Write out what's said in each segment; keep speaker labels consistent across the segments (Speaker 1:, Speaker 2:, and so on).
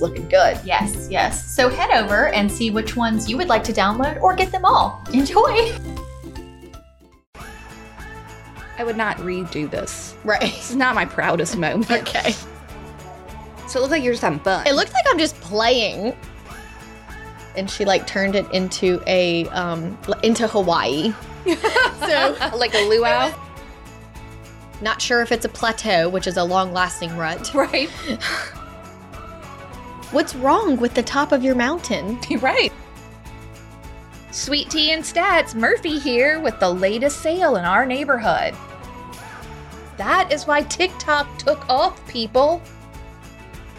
Speaker 1: looking good.
Speaker 2: Yes, yes. So head over and see which ones you would like to download or get them all. Enjoy.
Speaker 3: I would not redo this. This
Speaker 4: Right.
Speaker 3: is not my proudest moment.
Speaker 4: Okay.
Speaker 3: So it looks like you're just having fun.
Speaker 4: It looks like I'm just playing. And she like turned it into a um l- into Hawaii. so
Speaker 3: like a luau,
Speaker 4: not sure if it's a plateau, which is a long-lasting rut.
Speaker 3: right?
Speaker 4: What's wrong with the top of your mountain?
Speaker 3: You're right.
Speaker 1: Sweet tea and stats, Murphy here with the latest sale in our neighborhood. That is why TikTok took off, people.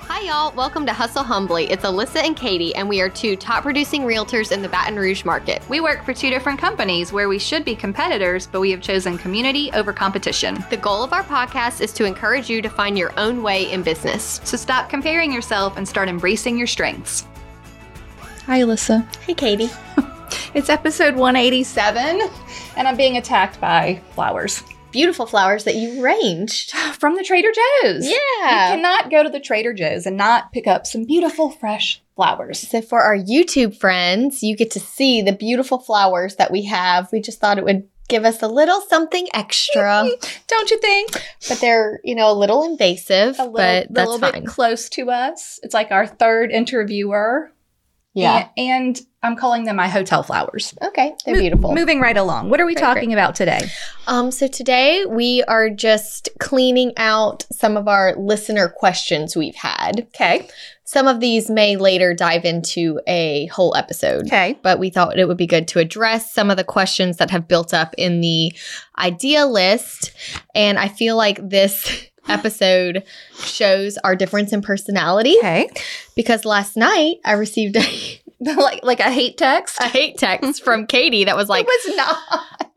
Speaker 4: Hi y'all, welcome to Hustle Humbly. It's Alyssa and Katie, and we are two top producing realtors in the Baton Rouge market.
Speaker 5: We work for two different companies where we should be competitors, but we have chosen community over competition.
Speaker 4: The goal of our podcast is to encourage you to find your own way in business.
Speaker 5: So stop comparing yourself and start embracing your strengths.
Speaker 1: Hi, Alyssa.
Speaker 4: Hey Katie.
Speaker 3: It's episode 187, and I'm being attacked by flowers
Speaker 4: Beautiful flowers that you arranged.
Speaker 3: from the Trader Joe's. You cannot go to the Trader Joe's and not pick up some beautiful, fresh flowers.
Speaker 4: So, for our YouTube friends, you get to see the beautiful flowers that we have. We just thought it would give us a little something extra,
Speaker 3: Don't you think?
Speaker 4: but they're, you know, a little invasive,
Speaker 3: A little,
Speaker 4: but that's
Speaker 3: little
Speaker 4: fine.
Speaker 3: bit close to us. It's like our third interviewer.
Speaker 4: yeah.
Speaker 3: A- And, I'm calling them my hotel flowers.
Speaker 4: Okay. They're
Speaker 3: Mo-
Speaker 4: beautiful.
Speaker 3: Moving right along. What are we
Speaker 4: Great,
Speaker 3: talking about today?
Speaker 4: Um, so, today we are just cleaning out some of our listener questions we've had.
Speaker 3: Okay.
Speaker 4: Some of these may later dive into a whole episode.
Speaker 3: Okay.
Speaker 4: but we thought it would be good to address some of the questions that have built up in the idea list. And I feel like this episode shows our difference in personality
Speaker 3: Okay.
Speaker 4: because last night I received a,
Speaker 3: like like a hate text.
Speaker 4: a hate text from Katie that was like,
Speaker 3: was not.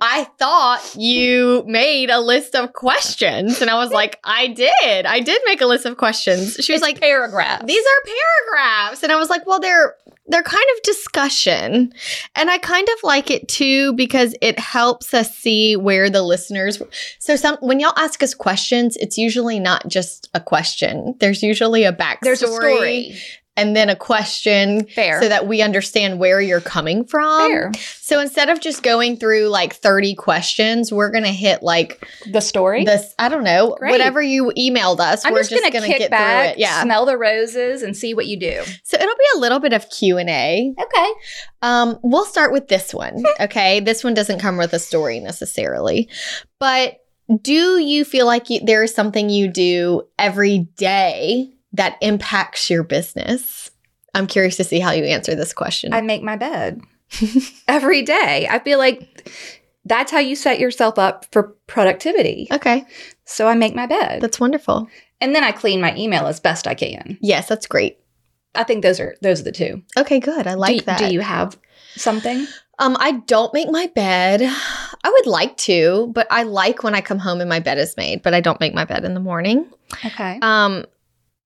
Speaker 4: I thought you made a list of questions. And I was like, I did. I did make a list of questions. She was like,
Speaker 3: paragraphs.
Speaker 4: these are paragraphs and i was like well they're they're kind of discussion and i kind of like it too because it helps us see where the listeners so some when y'all ask us questions it's usually not just a question there's usually a backstory
Speaker 3: There's a story.
Speaker 4: and then a question
Speaker 3: Fair.
Speaker 4: so that we understand where you're coming from
Speaker 3: Fair.
Speaker 4: so instead of just going through like 30 questions we're gonna hit like
Speaker 3: The story.
Speaker 4: this i don't know
Speaker 3: Great.
Speaker 4: whatever you emailed us
Speaker 3: I'm
Speaker 4: we're
Speaker 3: just, gonna,
Speaker 4: get
Speaker 3: kick back,
Speaker 4: through it yeah
Speaker 3: smell the roses, and see what you do.
Speaker 4: so it'll be a little bit of Q and A.
Speaker 3: Okay.
Speaker 4: Um, we'll start with this one. Okay, this one doesn't come with a story necessarily, but do you feel like you, there is something you do every day that impacts your business? I'm curious to see how you answer this question.
Speaker 3: I make my bed every day. I feel like that's how you set yourself up for productivity.
Speaker 4: okay,
Speaker 3: So I make my bed,
Speaker 4: that's wonderful.
Speaker 3: and then I clean my email as best I can.
Speaker 4: Yes, that's great.
Speaker 3: I think those are those are the two.
Speaker 4: Okay, good. I like
Speaker 3: do,
Speaker 4: that.
Speaker 3: Do you have something?
Speaker 4: Um, I don't make my bed. I would like to, but I like when I come home and my bed is made. But I don't make my bed in the morning.
Speaker 3: Okay.
Speaker 4: Um,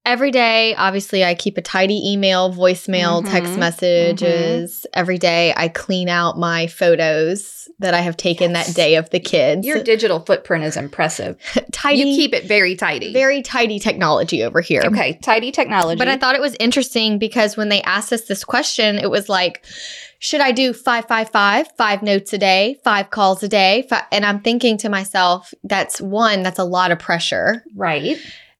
Speaker 4: every day, obviously, I keep a tidy email, voicemail, text
Speaker 3: Mhm.
Speaker 4: messages.
Speaker 3: Mm-hmm.
Speaker 4: Every day, I clean out my photos that I have taken
Speaker 3: Yes.
Speaker 4: that day of the kids.
Speaker 3: Your digital footprint is impressive.
Speaker 4: tidy,
Speaker 3: you keep it very tidy.
Speaker 4: very tidy technology over here.
Speaker 3: okay. Tidy technology.
Speaker 4: But I thought it was interesting because when they asked us this question, it was like, should I do five, five, five, five notes a day, five calls a day? Fi-? And I'm thinking to myself, that's one, that's a lot of pressure.
Speaker 3: right.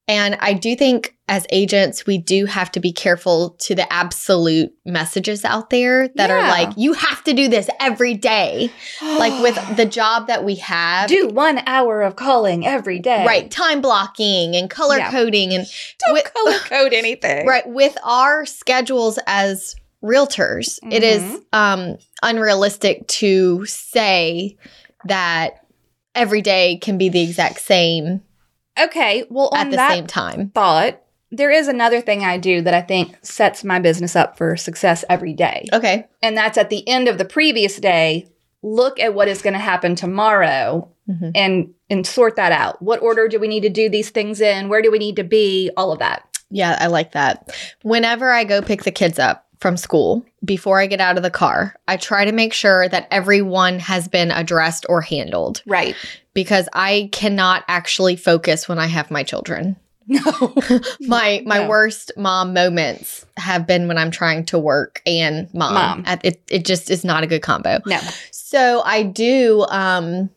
Speaker 4: And I do think as agents, we do have to be careful to the absolute messages out there that are
Speaker 3: Yeah.
Speaker 4: like, you have to do this every day. like with the job that we have.
Speaker 3: do one hour of calling every day.
Speaker 4: Right, time blocking and color
Speaker 3: Yeah.
Speaker 4: coding and
Speaker 3: Don't
Speaker 4: With-
Speaker 3: color code anything.
Speaker 4: right with our schedules as realtors, it is
Speaker 3: Mm-hmm.
Speaker 4: um unrealistic to say that every day can be the exact same
Speaker 3: Okay. Well, on
Speaker 4: at the
Speaker 3: that
Speaker 4: same time.
Speaker 3: thought, there is another thing I do that I think sets my business up for success every day.
Speaker 4: Okay.
Speaker 3: And that's at the end of the previous day, look at what is going to happen tomorrow
Speaker 4: Mhm.
Speaker 3: and and sort that out. What order do we need to do these things in? Where do we need to be? All of that.
Speaker 4: Yeah, I like that. Whenever I go pick the kids up from school, before I get out of the car, I try to make sure that everyone has been addressed or handled
Speaker 3: Right.
Speaker 4: because I cannot actually focus when I have my children.
Speaker 3: No.
Speaker 4: My my
Speaker 3: No.
Speaker 4: worst mom moments have been when I'm trying to work and mom.
Speaker 3: Mom.
Speaker 4: At- It it just is not a good combo.
Speaker 3: No.
Speaker 4: So I do um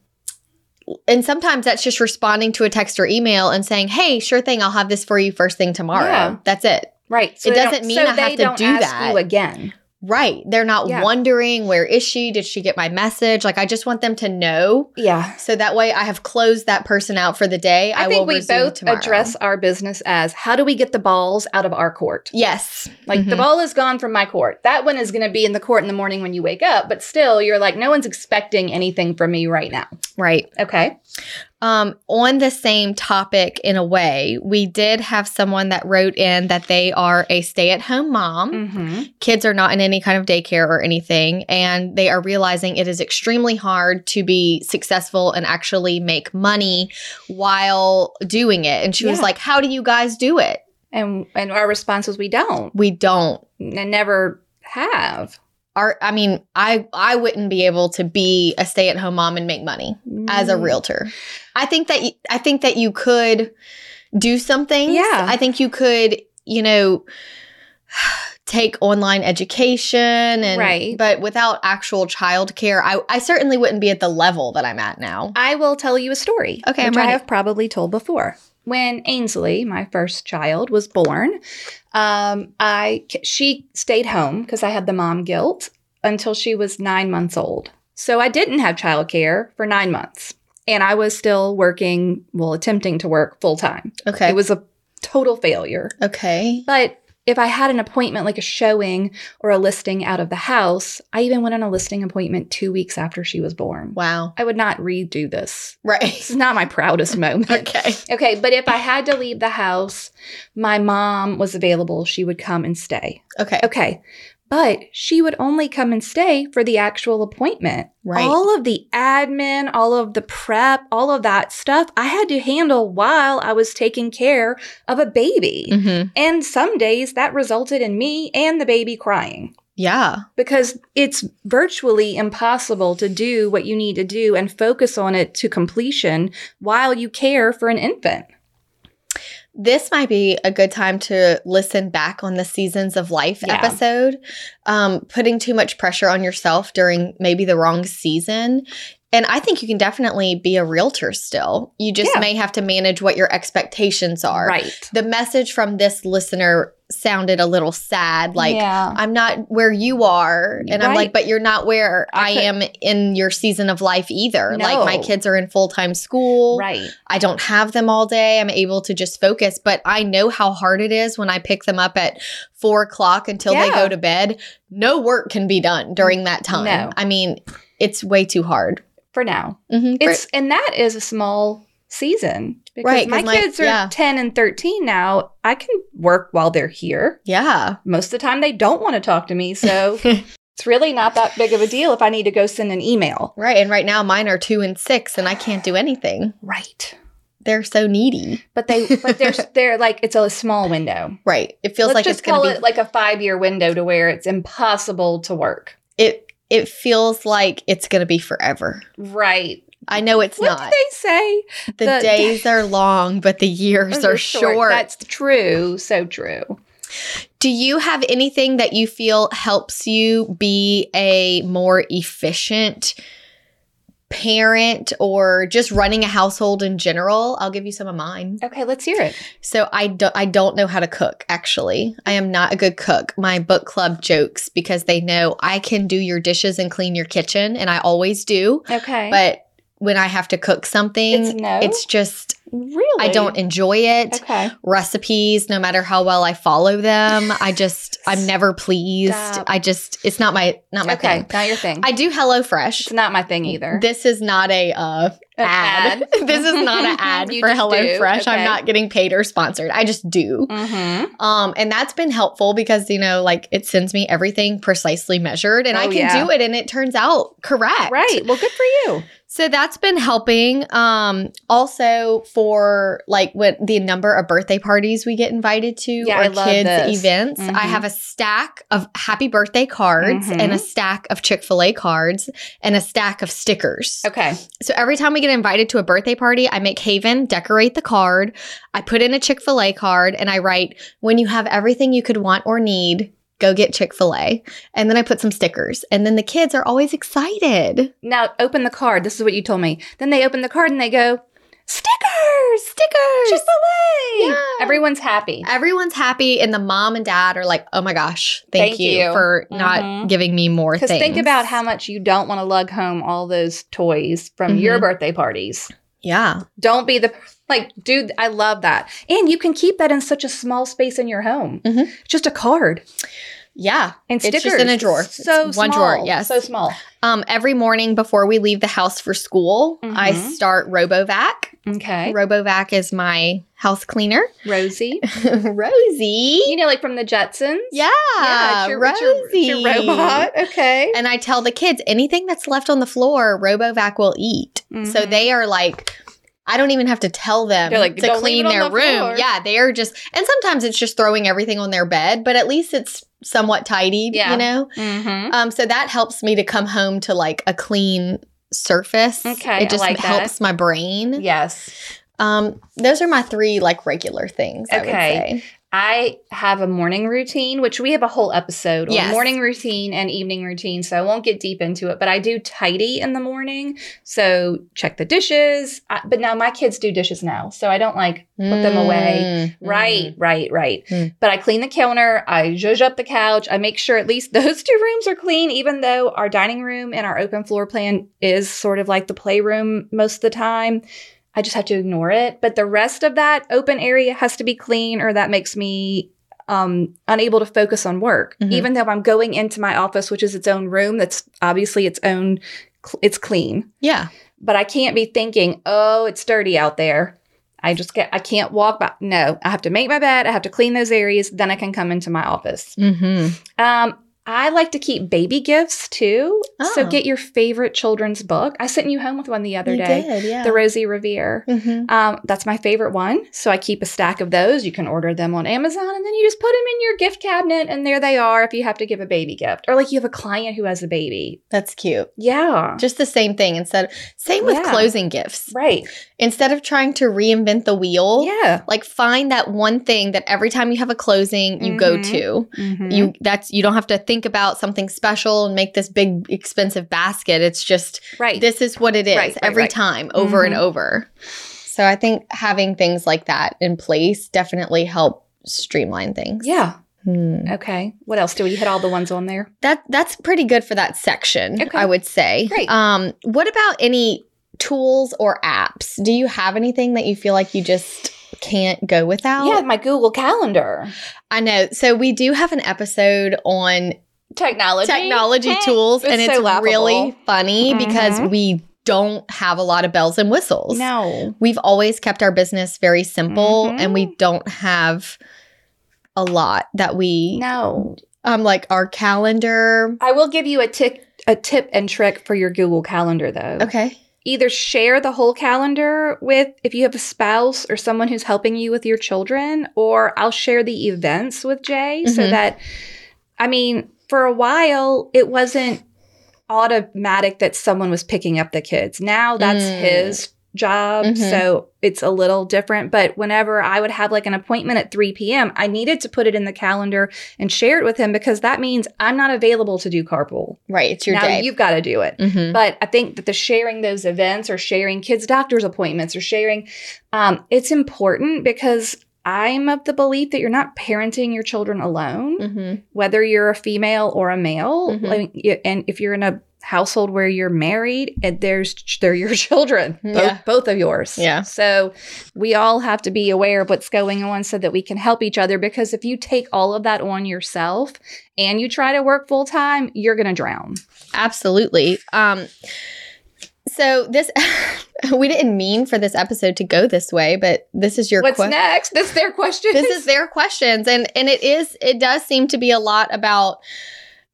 Speaker 4: and sometimes that's just responding to a text or email and saying, "Hey, sure thing, I'll have this for you first thing tomorrow."
Speaker 3: Yeah.
Speaker 4: That's it.
Speaker 3: Right.
Speaker 4: It
Speaker 3: they don't-
Speaker 4: doesn't mean
Speaker 3: so
Speaker 4: I have
Speaker 3: they
Speaker 4: to
Speaker 3: don't
Speaker 4: do
Speaker 3: ask
Speaker 4: that.
Speaker 3: you again.
Speaker 4: Right. They're not
Speaker 3: Yeah.
Speaker 4: wondering where is she? Did she get my message? Like I just want them to know.
Speaker 3: Yeah.
Speaker 4: So that way I have closed that person out for the day.
Speaker 3: I,
Speaker 4: I, will
Speaker 3: think we
Speaker 4: resume
Speaker 3: both
Speaker 4: tomorrow.
Speaker 3: address our business as how do we get the balls out of our court?
Speaker 4: Yes.
Speaker 3: Like the
Speaker 4: Mhm.
Speaker 3: ball is gone from my court. That one is going to be in the court in the morning when you wake up, but still you're like no one's expecting anything from me right now.
Speaker 4: Mm-hmm. Right.
Speaker 3: Okay.
Speaker 4: Um, on the same topic in a way, we did have someone that wrote in that they are a stay-at-home mom.
Speaker 3: Mhm.
Speaker 4: Kids are not in any kind of daycare or anything, and they are realizing it is extremely hard to be successful and actually make money while doing it. And she was
Speaker 3: Yeah.
Speaker 4: like, How do you guys do it?
Speaker 3: And and our response was we don't
Speaker 4: We don't.
Speaker 3: and never have
Speaker 4: our i mean i i wouldn't be able to be a stay-at-home mom and make money as a
Speaker 3: Mm.
Speaker 4: realtor i think that y- i think that you could do some things
Speaker 3: Yeah.
Speaker 4: i think you could you know take online education and
Speaker 3: Right.
Speaker 4: but without actual childcare i i certainly wouldn't be at the level that i'm at now
Speaker 3: I will tell you a story.
Speaker 4: Okay, I'm
Speaker 3: which I
Speaker 4: ready.
Speaker 3: have probably told before. When Ainsley, my first child, was born, um, I she stayed home because I had the mom guilt until she was nine months old. So I didn't have childcare for nine months, and I was still working, well, attempting to work full time.
Speaker 4: okay
Speaker 3: It was a total failure.
Speaker 4: okay
Speaker 3: But if I had an appointment like a showing or a listing out of the house, I even went on a listing appointment two weeks after she was born.
Speaker 4: wow
Speaker 3: I would not redo this. This
Speaker 4: right
Speaker 3: is not my proudest moment.
Speaker 4: okay
Speaker 3: Okay, but if I had to leave the house, my mom was available. She would come and stay.
Speaker 4: okay
Speaker 3: Okay, but she would only come and stay for the actual appointment.
Speaker 4: right
Speaker 3: All of the admin, all of the prep, all of that stuff I had to handle while I was taking care of a baby.
Speaker 4: Mhm.
Speaker 3: And some days that resulted in me and the baby crying
Speaker 4: yeah
Speaker 3: because it's virtually impossible to do what you need to do and focus on it to completion while you care for an infant.
Speaker 4: this might be a good time to listen back on the seasons of life
Speaker 3: Yeah.
Speaker 4: episode um, putting too much pressure on yourself during maybe the wrong season and i think you can definitely be a realtor still you just
Speaker 3: Yeah.
Speaker 4: may have to manage what your expectations are
Speaker 3: Right.
Speaker 4: the message from this listener sounded a little sad like i'm not where you are and i'm
Speaker 3: Right.
Speaker 4: like but you're not where
Speaker 3: I
Speaker 4: i,
Speaker 3: could-
Speaker 4: am in your season of life either like my
Speaker 3: No.
Speaker 4: kids are in full-time school
Speaker 3: Right.
Speaker 4: I don't have them all day. I'm able to just focus, but I know how hard it is when I pick them up at four o'clock until they
Speaker 3: Yeah.
Speaker 4: go to bed. No work can be done during that time.
Speaker 3: No.
Speaker 4: I mean, it's way too hard.
Speaker 3: For now.
Speaker 4: Mhm.
Speaker 3: It's and that is a small season because
Speaker 4: Right, 'cause
Speaker 3: my,
Speaker 4: my-
Speaker 3: kids are
Speaker 4: yeah.
Speaker 3: 10 and 13 now. I can work while they're here.
Speaker 4: yeah,
Speaker 3: Most of the time they don't want to talk to me, so it's really not that big of a deal if I need to go send an email.
Speaker 4: right. And right now, mine are two and six, and I can't do anything.
Speaker 3: Right.
Speaker 4: They're so needy.
Speaker 3: But they but they're they're like it's a small window.
Speaker 4: Right. It feels
Speaker 3: Let's
Speaker 4: like
Speaker 3: just
Speaker 4: it's going
Speaker 3: call
Speaker 4: to be.
Speaker 3: it like a five year window to where it's impossible to work.
Speaker 4: it. It feels like it's going to be forever.
Speaker 3: Right.
Speaker 4: I know it's
Speaker 3: What
Speaker 4: not.
Speaker 3: do they say?
Speaker 4: The,
Speaker 3: the-
Speaker 4: days are long, but the years
Speaker 3: They're
Speaker 4: are short.
Speaker 3: That's true. So true.
Speaker 4: Do you have anything that you feel helps you be a more efficient parent or just running a household in general? I'll give you some of mine.
Speaker 3: Okay, let's hear it.
Speaker 4: So I don't I don't know how to cook actually. I am not a good cook. My book club jokes because they know I can do your dishes and clean your kitchen and I always do,
Speaker 3: Okay.
Speaker 4: but when I have to cook something,
Speaker 3: it's
Speaker 4: it's,
Speaker 3: no.
Speaker 4: just
Speaker 3: really.
Speaker 4: I don't enjoy it
Speaker 3: Okay.
Speaker 4: recipes no matter how well I follow them. I just I'm never pleased.
Speaker 3: Stop.
Speaker 4: I just it's not my not my
Speaker 3: okay.
Speaker 4: thing.
Speaker 3: Not your thing.
Speaker 4: I do
Speaker 3: It's
Speaker 4: HelloFresh.
Speaker 3: not my thing either.
Speaker 4: This is not a uh ad. this is not an ad
Speaker 3: You
Speaker 4: for
Speaker 3: just do,
Speaker 4: HelloFresh.
Speaker 3: okay.
Speaker 4: I'm not getting paid or sponsored. I just do.
Speaker 3: Mm-hmm.
Speaker 4: Um, and that's been helpful because, you know, like it sends me everything precisely measured and I
Speaker 3: Oh,
Speaker 4: can
Speaker 3: yeah.
Speaker 4: do it and it turns out correct.
Speaker 3: Right. Well, good for you.
Speaker 4: So that's been helping. Um, also for like what the number of birthday parties we get invited to
Speaker 3: Yeah,
Speaker 4: or
Speaker 3: I love
Speaker 4: kids
Speaker 3: this.
Speaker 4: events. I
Speaker 3: Mhm.
Speaker 4: have a stack of happy birthday cards
Speaker 3: Mhm.
Speaker 4: and a stack of Chick-fil-A cards and a stack of stickers.
Speaker 3: Okay.
Speaker 4: So every time we get invited to a birthday party, I make Haven decorate the card. I put in a Chick fil A card and I write, when you have everything you could want or need, go get Chick fil A. And then I put some stickers. And then the kids are always excited.
Speaker 3: Now open the card. This is what you told me. Then they open the card and they go, stickers, stickers, Chick-fil-A.
Speaker 4: Yeah.
Speaker 3: Everyone's happy.
Speaker 4: Everyone's happy. And the mom and dad are like, oh my gosh, thank,
Speaker 3: Thank
Speaker 4: you,
Speaker 3: you.
Speaker 4: for not
Speaker 3: Mhm.
Speaker 4: giving me more
Speaker 3: Because
Speaker 4: things.
Speaker 3: think about how much you don't want to lug home all those toys from your
Speaker 4: Mhm.
Speaker 3: birthday parties.
Speaker 4: Yeah.
Speaker 3: Don't be the like, dude. I love that, and you can keep that in such a small space in your home.
Speaker 4: Mhm.
Speaker 3: Just a card
Speaker 4: Yeah.
Speaker 3: and
Speaker 4: It's
Speaker 3: stickers
Speaker 4: just in a drawer.
Speaker 3: So
Speaker 4: It's one
Speaker 3: small.
Speaker 4: drawer, yes.
Speaker 3: so small.
Speaker 4: Um, every morning before we leave the house for school, I
Speaker 3: Mhm.
Speaker 4: start RoboVac.
Speaker 3: Okay,
Speaker 4: RoboVac is my house cleaner.
Speaker 3: Rosie.
Speaker 4: Rosie.
Speaker 3: you know, like from the Jetsons.
Speaker 4: Yeah,
Speaker 3: yeah, it's your, it's your- it's your
Speaker 4: Rosie.
Speaker 3: robot. Okay,
Speaker 4: And I tell the kids anything that's left on the floor, RoboVac will eat. So
Speaker 3: Mhm.
Speaker 4: they are like, I don't even have to tell them
Speaker 3: They're like,
Speaker 4: to
Speaker 3: "Don't leave
Speaker 4: clean
Speaker 3: it on
Speaker 4: their
Speaker 3: the
Speaker 4: room.
Speaker 3: floor.
Speaker 4: Yeah, they are just, and sometimes it's just throwing everything on their bed, but at least it's somewhat tidied,
Speaker 3: Yeah.
Speaker 4: you know.
Speaker 3: Mhm.
Speaker 4: Um, so that helps me to come home to like a clean surface.
Speaker 3: Okay, I
Speaker 4: it just
Speaker 3: like that.
Speaker 4: helps my brain.
Speaker 3: yes.
Speaker 4: Um, those are my three like regular things. I would
Speaker 3: Okay.
Speaker 4: say.
Speaker 3: I have a morning routine, which we have a whole episode on
Speaker 4: Yes.
Speaker 3: morning routine and evening routine, so I won't get deep into it, but I do tidy in the morning. So check the dishes. I, but now my kids do dishes now, so I don't like put them away.
Speaker 4: Mm,
Speaker 3: Right, right, right.
Speaker 4: Mm.
Speaker 3: But I clean the counter, I zhuzh up the couch, I make sure at least those two rooms are clean, even though our dining room and our open floor plan is sort of like the playroom most of the time. I just have to ignore it. But the rest of that open area has to be clean, or that makes me um, unable to focus on work,
Speaker 4: Mhm.
Speaker 3: even though I'm going into my office, which is its own room. That's obviously its own, cl- it's clean
Speaker 4: Yeah.
Speaker 3: but I can't be thinking, oh, it's dirty out there. I just get, I can't walk by. No, I have to make my bed. I have to clean those areas. Then I can come into my office.
Speaker 4: Mm-hmm.
Speaker 3: Um, I like to keep baby gifts too. So
Speaker 4: Oh.
Speaker 3: get your favorite children's book. I sent you home with one the other day,
Speaker 4: did, yeah.
Speaker 3: the Rosie Revere.
Speaker 4: mm-hmm.
Speaker 3: Um, that's my favorite one. So I keep a stack of those. You can order them on Amazon and then you just put them in your gift cabinet and there they are if you have to give a baby gift or like you have a client who has a baby.
Speaker 4: That's cute.
Speaker 3: Yeah.
Speaker 4: Just the same thing instead. Same with
Speaker 3: Yeah.
Speaker 4: closing gifts.
Speaker 3: Right.
Speaker 4: Instead of trying to reinvent the wheel,
Speaker 3: Yeah.
Speaker 4: like find that one thing that every time you have a closing, you go
Speaker 3: Mhm.
Speaker 4: to. You that's you don't have to think about something special and make this big expensive basket. It's just
Speaker 3: right.
Speaker 4: this is what it is
Speaker 3: Right, right,
Speaker 4: every
Speaker 3: right.
Speaker 4: time, over and
Speaker 3: Mhm.
Speaker 4: over. So I think having things like that in place definitely help streamline things.
Speaker 3: yeah.
Speaker 4: Hmm.
Speaker 3: Okay. What else? Do we hit all the ones on there?
Speaker 4: That that's pretty good for that section,
Speaker 3: Okay.
Speaker 4: I would say.
Speaker 3: Great.
Speaker 4: Um, what about any tools or apps? Do you have anything that you feel like you just can't go without?
Speaker 3: Yeah, my Google Calendar.
Speaker 4: I know. So we do have an episode on
Speaker 3: Technology.
Speaker 4: technology
Speaker 3: Hey.
Speaker 4: tools,
Speaker 3: It's
Speaker 4: and it's
Speaker 3: so laughable.
Speaker 4: really funny because
Speaker 3: Mhm.
Speaker 4: we don't have a lot of bells and whistles.
Speaker 3: No.
Speaker 4: We've always kept our business very simple,
Speaker 3: Mhm.
Speaker 4: and we don't have a lot that we
Speaker 3: No.
Speaker 4: um like our calendar.
Speaker 3: I will give you a tick a tip and trick for your Google Calendar though.
Speaker 4: Okay.
Speaker 3: Either share the whole calendar with if you have a spouse or someone who's helping you with your children, or I'll share the events with Jay so
Speaker 4: Mhm.
Speaker 3: that I mean, for a while it wasn't automatic that someone was picking up the kids. Now that's
Speaker 4: Mm.
Speaker 3: his job.
Speaker 4: Mhm.
Speaker 3: So it's a little different. But whenever I would have like an appointment at 3 p.m., I needed to put it in the calendar and share it with him because that means I'm not available to do carpool.
Speaker 4: Right. It's your
Speaker 3: now
Speaker 4: day.
Speaker 3: you've got to do it.
Speaker 4: Mhm.
Speaker 3: But I think that the sharing those events or sharing kids' doctor's appointments or sharing, um, it's important because I'm of the belief that you're not parenting your children alone
Speaker 4: Mhm.
Speaker 3: whether you're a female or a male
Speaker 4: Mhm.
Speaker 3: like, y- and if you're in a household where you're married and there's ch- they're your children both,
Speaker 4: Mm-hmm. Yeah.
Speaker 3: both of yours
Speaker 4: Yeah.
Speaker 3: so we all have to be aware of what's going on so that we can help each other because if you take all of that on yourself and you try to work full time you're going to drown
Speaker 4: Absolutely. Um, So this, we didn't mean for this episode to go this way, but this is your
Speaker 3: What's
Speaker 4: que-
Speaker 3: next? That's their question.
Speaker 4: This is their questions, and and it is it does seem to be a lot about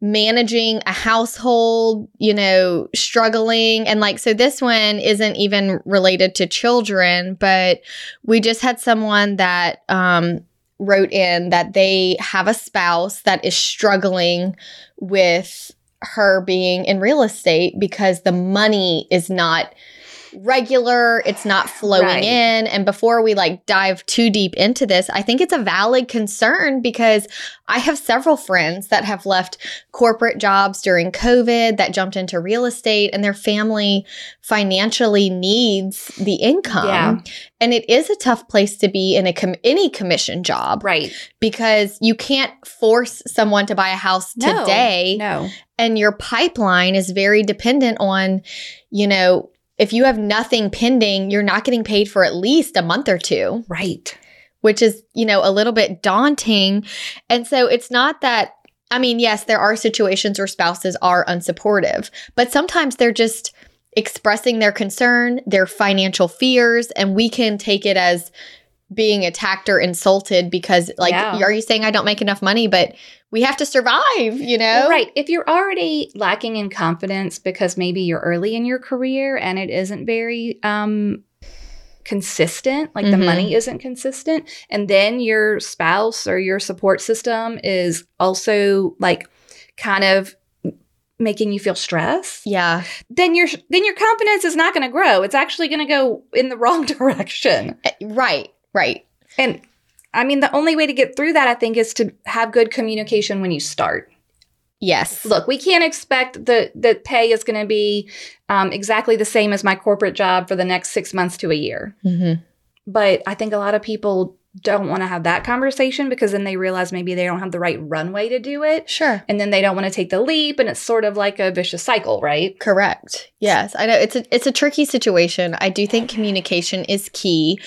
Speaker 4: managing a household, you know, struggling and like so this one isn't even related to children, but we just had someone that um wrote in that they have a spouse that is struggling with her being in real estate because the money is not regular, it's not flowing
Speaker 3: Right.
Speaker 4: in. And before we like dive too deep into this, I think it's a valid concern because I have several friends that have left corporate jobs during COVID that jumped into real estate and their family financially needs the income.
Speaker 3: Yeah.
Speaker 4: And it is a tough place to be in a com- any commission job
Speaker 3: right.
Speaker 4: because you can't force someone to buy a house
Speaker 3: No,
Speaker 4: today
Speaker 3: No.
Speaker 4: and your pipeline is very dependent on you know if you have nothing pending you're not getting paid for at least a month or two
Speaker 3: Right.
Speaker 4: which is you know a little bit daunting and so it's not that i mean yes there are situations where spouses are unsupportive but sometimes they're just expressing their concern their financial fears and we can take it as being attacked or insulted because like
Speaker 3: Yeah.
Speaker 4: are you saying i don't make enough money but we have to survive you know
Speaker 3: Well, right. If you're already lacking in confidence because maybe you're early in your career and it isn't very um, consistent, like
Speaker 4: Mhm.
Speaker 3: the money isn't consistent, and then your spouse or your support system is also like kind of making you feel stressed,
Speaker 4: yeah
Speaker 3: then your then your confidence is not going to grow. It's actually going to go in the wrong direction.
Speaker 4: Uh, Right, right.
Speaker 3: And I mean, the only way to get through that, I think, is to have good communication when you start.
Speaker 4: Yes.
Speaker 3: look we can't expect the the pay is going to be um, exactly the same as my corporate job for the next six months to a year
Speaker 4: Mhm.
Speaker 3: but i think a lot of people don't want to have that conversation because then they realize maybe they don't have the right runway to do it
Speaker 4: Sure.
Speaker 3: and then they don't want to take the leap and it's sort of like a vicious cycle right
Speaker 4: Correct. Yes, I know it's a it's a tricky situation. I do think communication is key.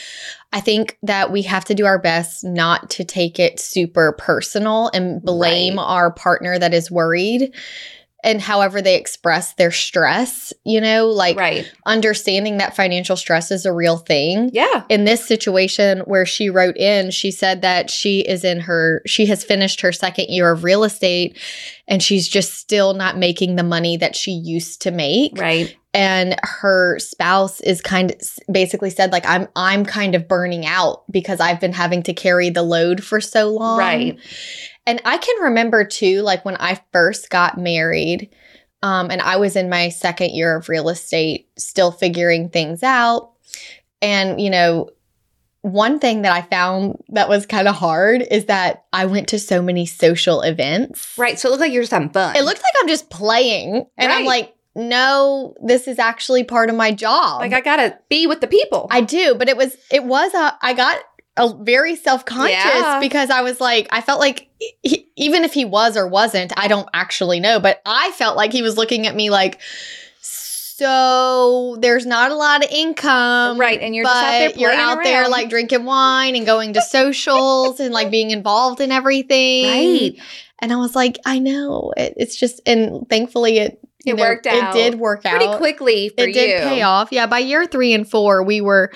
Speaker 4: I think that we have to do our best not to take it super personal and blame our partner that is worried and however they express their stress, you know, like
Speaker 3: right
Speaker 4: understanding that financial stress is a real thing.
Speaker 3: yeah
Speaker 4: in this situation where she wrote in, she said that she is in her, she has finished her second year of real estate and she's just still not making the money that she used to make.
Speaker 3: right
Speaker 4: And her spouse is kind of basically said, like, I'm, I'm kind of burning out because I've been having to carry the load for so long.
Speaker 3: Right.
Speaker 4: And I can remember too, like when I first got married, um, and I was in my second year of real estate, still figuring things out. And, you know, one thing that I found that was kind of hard is that I went to so many social events.
Speaker 3: right so it looks like you're just having fun
Speaker 4: It looks like I'm just playing. And I'm
Speaker 3: Right.
Speaker 4: like, no, this is actually part of my job.
Speaker 3: like i gotta be with the people
Speaker 4: I do, but it was it was a I got a very self conscious
Speaker 3: Yeah.
Speaker 4: because I was like I felt like e, he, even if he was or wasn't, I don't actually know, but I felt like he was looking at me like so there's not a lot of income,
Speaker 3: right and you're just out there
Speaker 4: but you're
Speaker 3: playing
Speaker 4: out there
Speaker 3: around.
Speaker 4: like drinking wine and going to socials and like being involved in everything.
Speaker 3: right
Speaker 4: And I was like, I know. It, it's just and thankfully it you
Speaker 3: It
Speaker 4: know,
Speaker 3: worked out
Speaker 4: It did work out
Speaker 3: pretty quickly for
Speaker 4: it did
Speaker 3: you
Speaker 4: pay off. Yeah, by year three and four, we were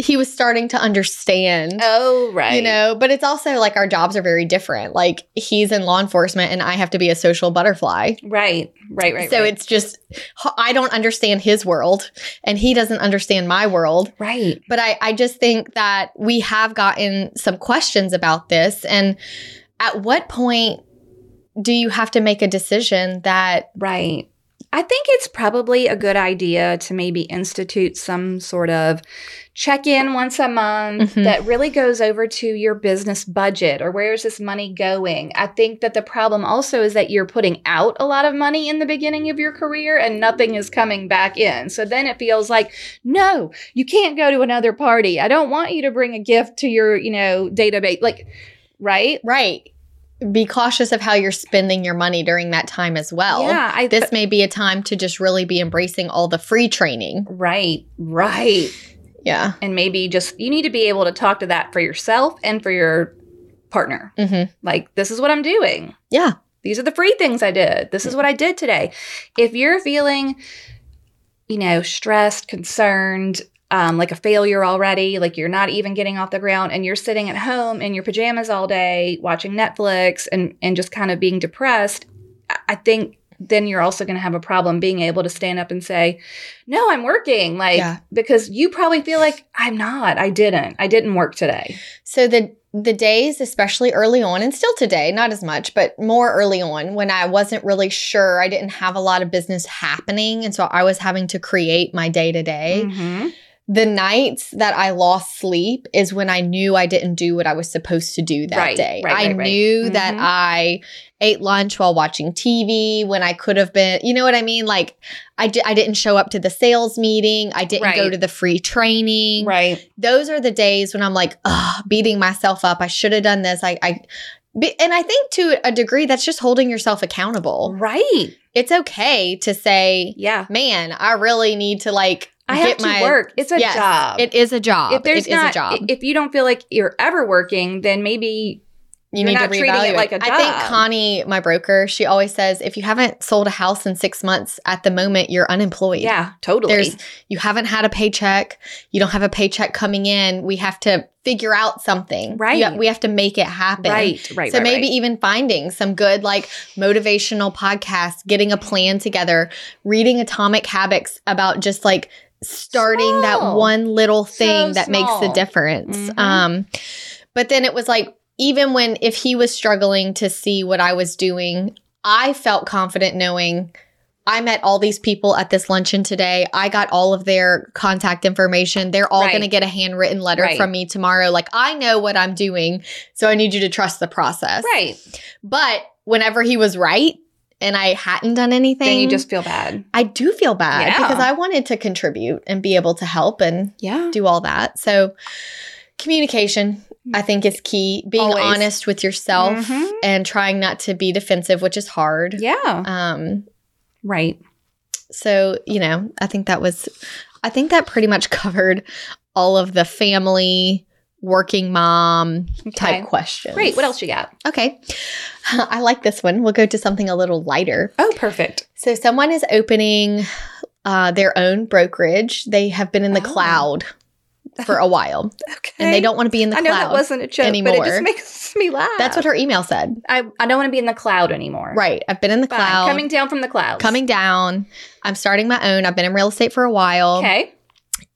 Speaker 4: he was starting to understand.
Speaker 3: oh right
Speaker 4: You know, but it's also like our jobs are very different. Like he's in law enforcement and I have to be a social butterfly.
Speaker 3: right right right
Speaker 4: so
Speaker 3: right.
Speaker 4: it's just h- I don't understand his world and he doesn't understand my world.
Speaker 3: right
Speaker 4: But I I just think that we have gotten some questions about this and at what point do you have to make a decision that
Speaker 3: Right. I think it's probably a good idea to maybe institute some sort of check in once a month
Speaker 4: Mhm.
Speaker 3: that really goes over to your business budget or where is this money going. I think that the problem also is that you're putting out a lot of money in the beginning of your career and nothing is coming back in. So then it feels like, no, you can't go to another party. I don't want you to bring a gift to your, you know, database. Like, right?
Speaker 4: right be cautious of how you're spending your money during that time as well.
Speaker 3: yeah. I,
Speaker 4: this may be a time to just really be embracing all the free training.
Speaker 3: right. Right.
Speaker 4: Yeah.
Speaker 3: and maybe just you need to be able to talk to that for yourself and for your partner.
Speaker 4: hmm
Speaker 3: Like, this is what I'm doing.
Speaker 4: Yeah.
Speaker 3: These are the free things I did. This is what I did today. If you're feeling you know, stressed, concerned, um, like a failure already, like you're not even getting off the ground and you're sitting at home in your pajamas all day watching Netflix and, and just kind of being depressed, I- I think then you're also going to have a problem being able to stand up and say, No, I'm working. Like,
Speaker 4: Yeah.
Speaker 3: because you probably feel like I'm not. I didn't. I didn't work today.
Speaker 4: So the the days, especially early on, and still today, not as much, but more early on, when I wasn't really sure, I didn't have a lot of business happening, and so I was having to create my day to day.
Speaker 3: Mhm.
Speaker 4: The nights that I lost sleep is when I knew I didn't do what I was supposed to do that
Speaker 3: Right,
Speaker 4: day.
Speaker 3: right,
Speaker 4: I
Speaker 3: right, right.
Speaker 4: knew that
Speaker 3: Mhm.
Speaker 4: I ate lunch while watching TV when I could have been, you know what I mean? Like I di- I didn't show up to the sales meeting, I didn't go
Speaker 3: Right.
Speaker 4: to the free training
Speaker 3: Right.
Speaker 4: those are the days when I'm like, ugh, beating myself up. I should have done this. I, I, be- and I think to a degree that's just holding yourself
Speaker 3: Mm-hmm.
Speaker 4: accountable.
Speaker 3: Right.
Speaker 4: It's okay to say,
Speaker 3: Yeah.
Speaker 4: man, I really need to like
Speaker 3: I have to work. It's a
Speaker 4: Yes,
Speaker 3: job.
Speaker 4: It is a job.
Speaker 3: if there's
Speaker 4: It is
Speaker 3: not,
Speaker 4: a job.
Speaker 3: if you don't feel like you're ever working, then maybe
Speaker 4: you
Speaker 3: you're
Speaker 4: need
Speaker 3: not
Speaker 4: to
Speaker 3: treating it
Speaker 4: reevaluate.
Speaker 3: like a
Speaker 4: I think
Speaker 3: job.
Speaker 4: Connie, my broker, she always says, if you haven't sold a house in six months, at the moment you're unemployed.
Speaker 3: yeah, totally.
Speaker 4: There's you haven't had a paycheck. You don't have a paycheck coming in. We have to figure out something.
Speaker 3: Right.
Speaker 4: You- we have to make it happen.
Speaker 3: right, right.
Speaker 4: so
Speaker 3: right,
Speaker 4: maybe
Speaker 3: right.
Speaker 4: even finding some good like motivational podcasts, getting a plan together, reading Atomic Habits about just like starting that
Speaker 3: Small.
Speaker 4: one little thing that makes the
Speaker 3: small.
Speaker 4: difference.
Speaker 3: Mhm.
Speaker 4: Um but then it was like even when if he was struggling to see what I was doing, I felt confident knowing I met all these people at this luncheon today. I got all of their contact information. They're all
Speaker 3: Right.
Speaker 4: going to get a handwritten letter
Speaker 3: Right.
Speaker 4: from me tomorrow. Like, I know what I'm doing. So I need you to trust the process.
Speaker 3: right.
Speaker 4: But whenever he was right and I hadn't done anything,
Speaker 3: Then you just feel bad.
Speaker 4: I do feel bad
Speaker 3: Yeah.
Speaker 4: because I wanted to contribute and be able to help and
Speaker 3: Yeah.
Speaker 4: do all that. So communication, I think, is key. Being
Speaker 3: Mm. Always.
Speaker 4: honest with yourself
Speaker 3: Mhm.
Speaker 4: and trying not to be defensive, which is hard.
Speaker 3: Yeah.
Speaker 4: Um,
Speaker 3: Right.
Speaker 4: so you know i think that was i think that pretty much covered all of the family working mom type
Speaker 3: Okay.
Speaker 4: questions
Speaker 3: Great. What else you got?
Speaker 4: okay i like this one we'll go to something a little lighter
Speaker 3: Oh, perfect.
Speaker 4: so someone is opening uh, their own brokerage they have been in the
Speaker 3: Oh.
Speaker 4: cloud for a while
Speaker 3: Okay.
Speaker 4: and they don't want to be in the
Speaker 3: I know
Speaker 4: cloud
Speaker 3: that wasn't a joke, but it
Speaker 4: anymore.
Speaker 3: just makes me laugh.
Speaker 4: that's what her email said
Speaker 3: I, I don't want to be in the cloud anymore.
Speaker 4: right i've been in the
Speaker 3: Fine.
Speaker 4: cloud
Speaker 3: Coming down from the clouds.
Speaker 4: coming down i'm starting my own i've been in real estate for a while
Speaker 3: Okay.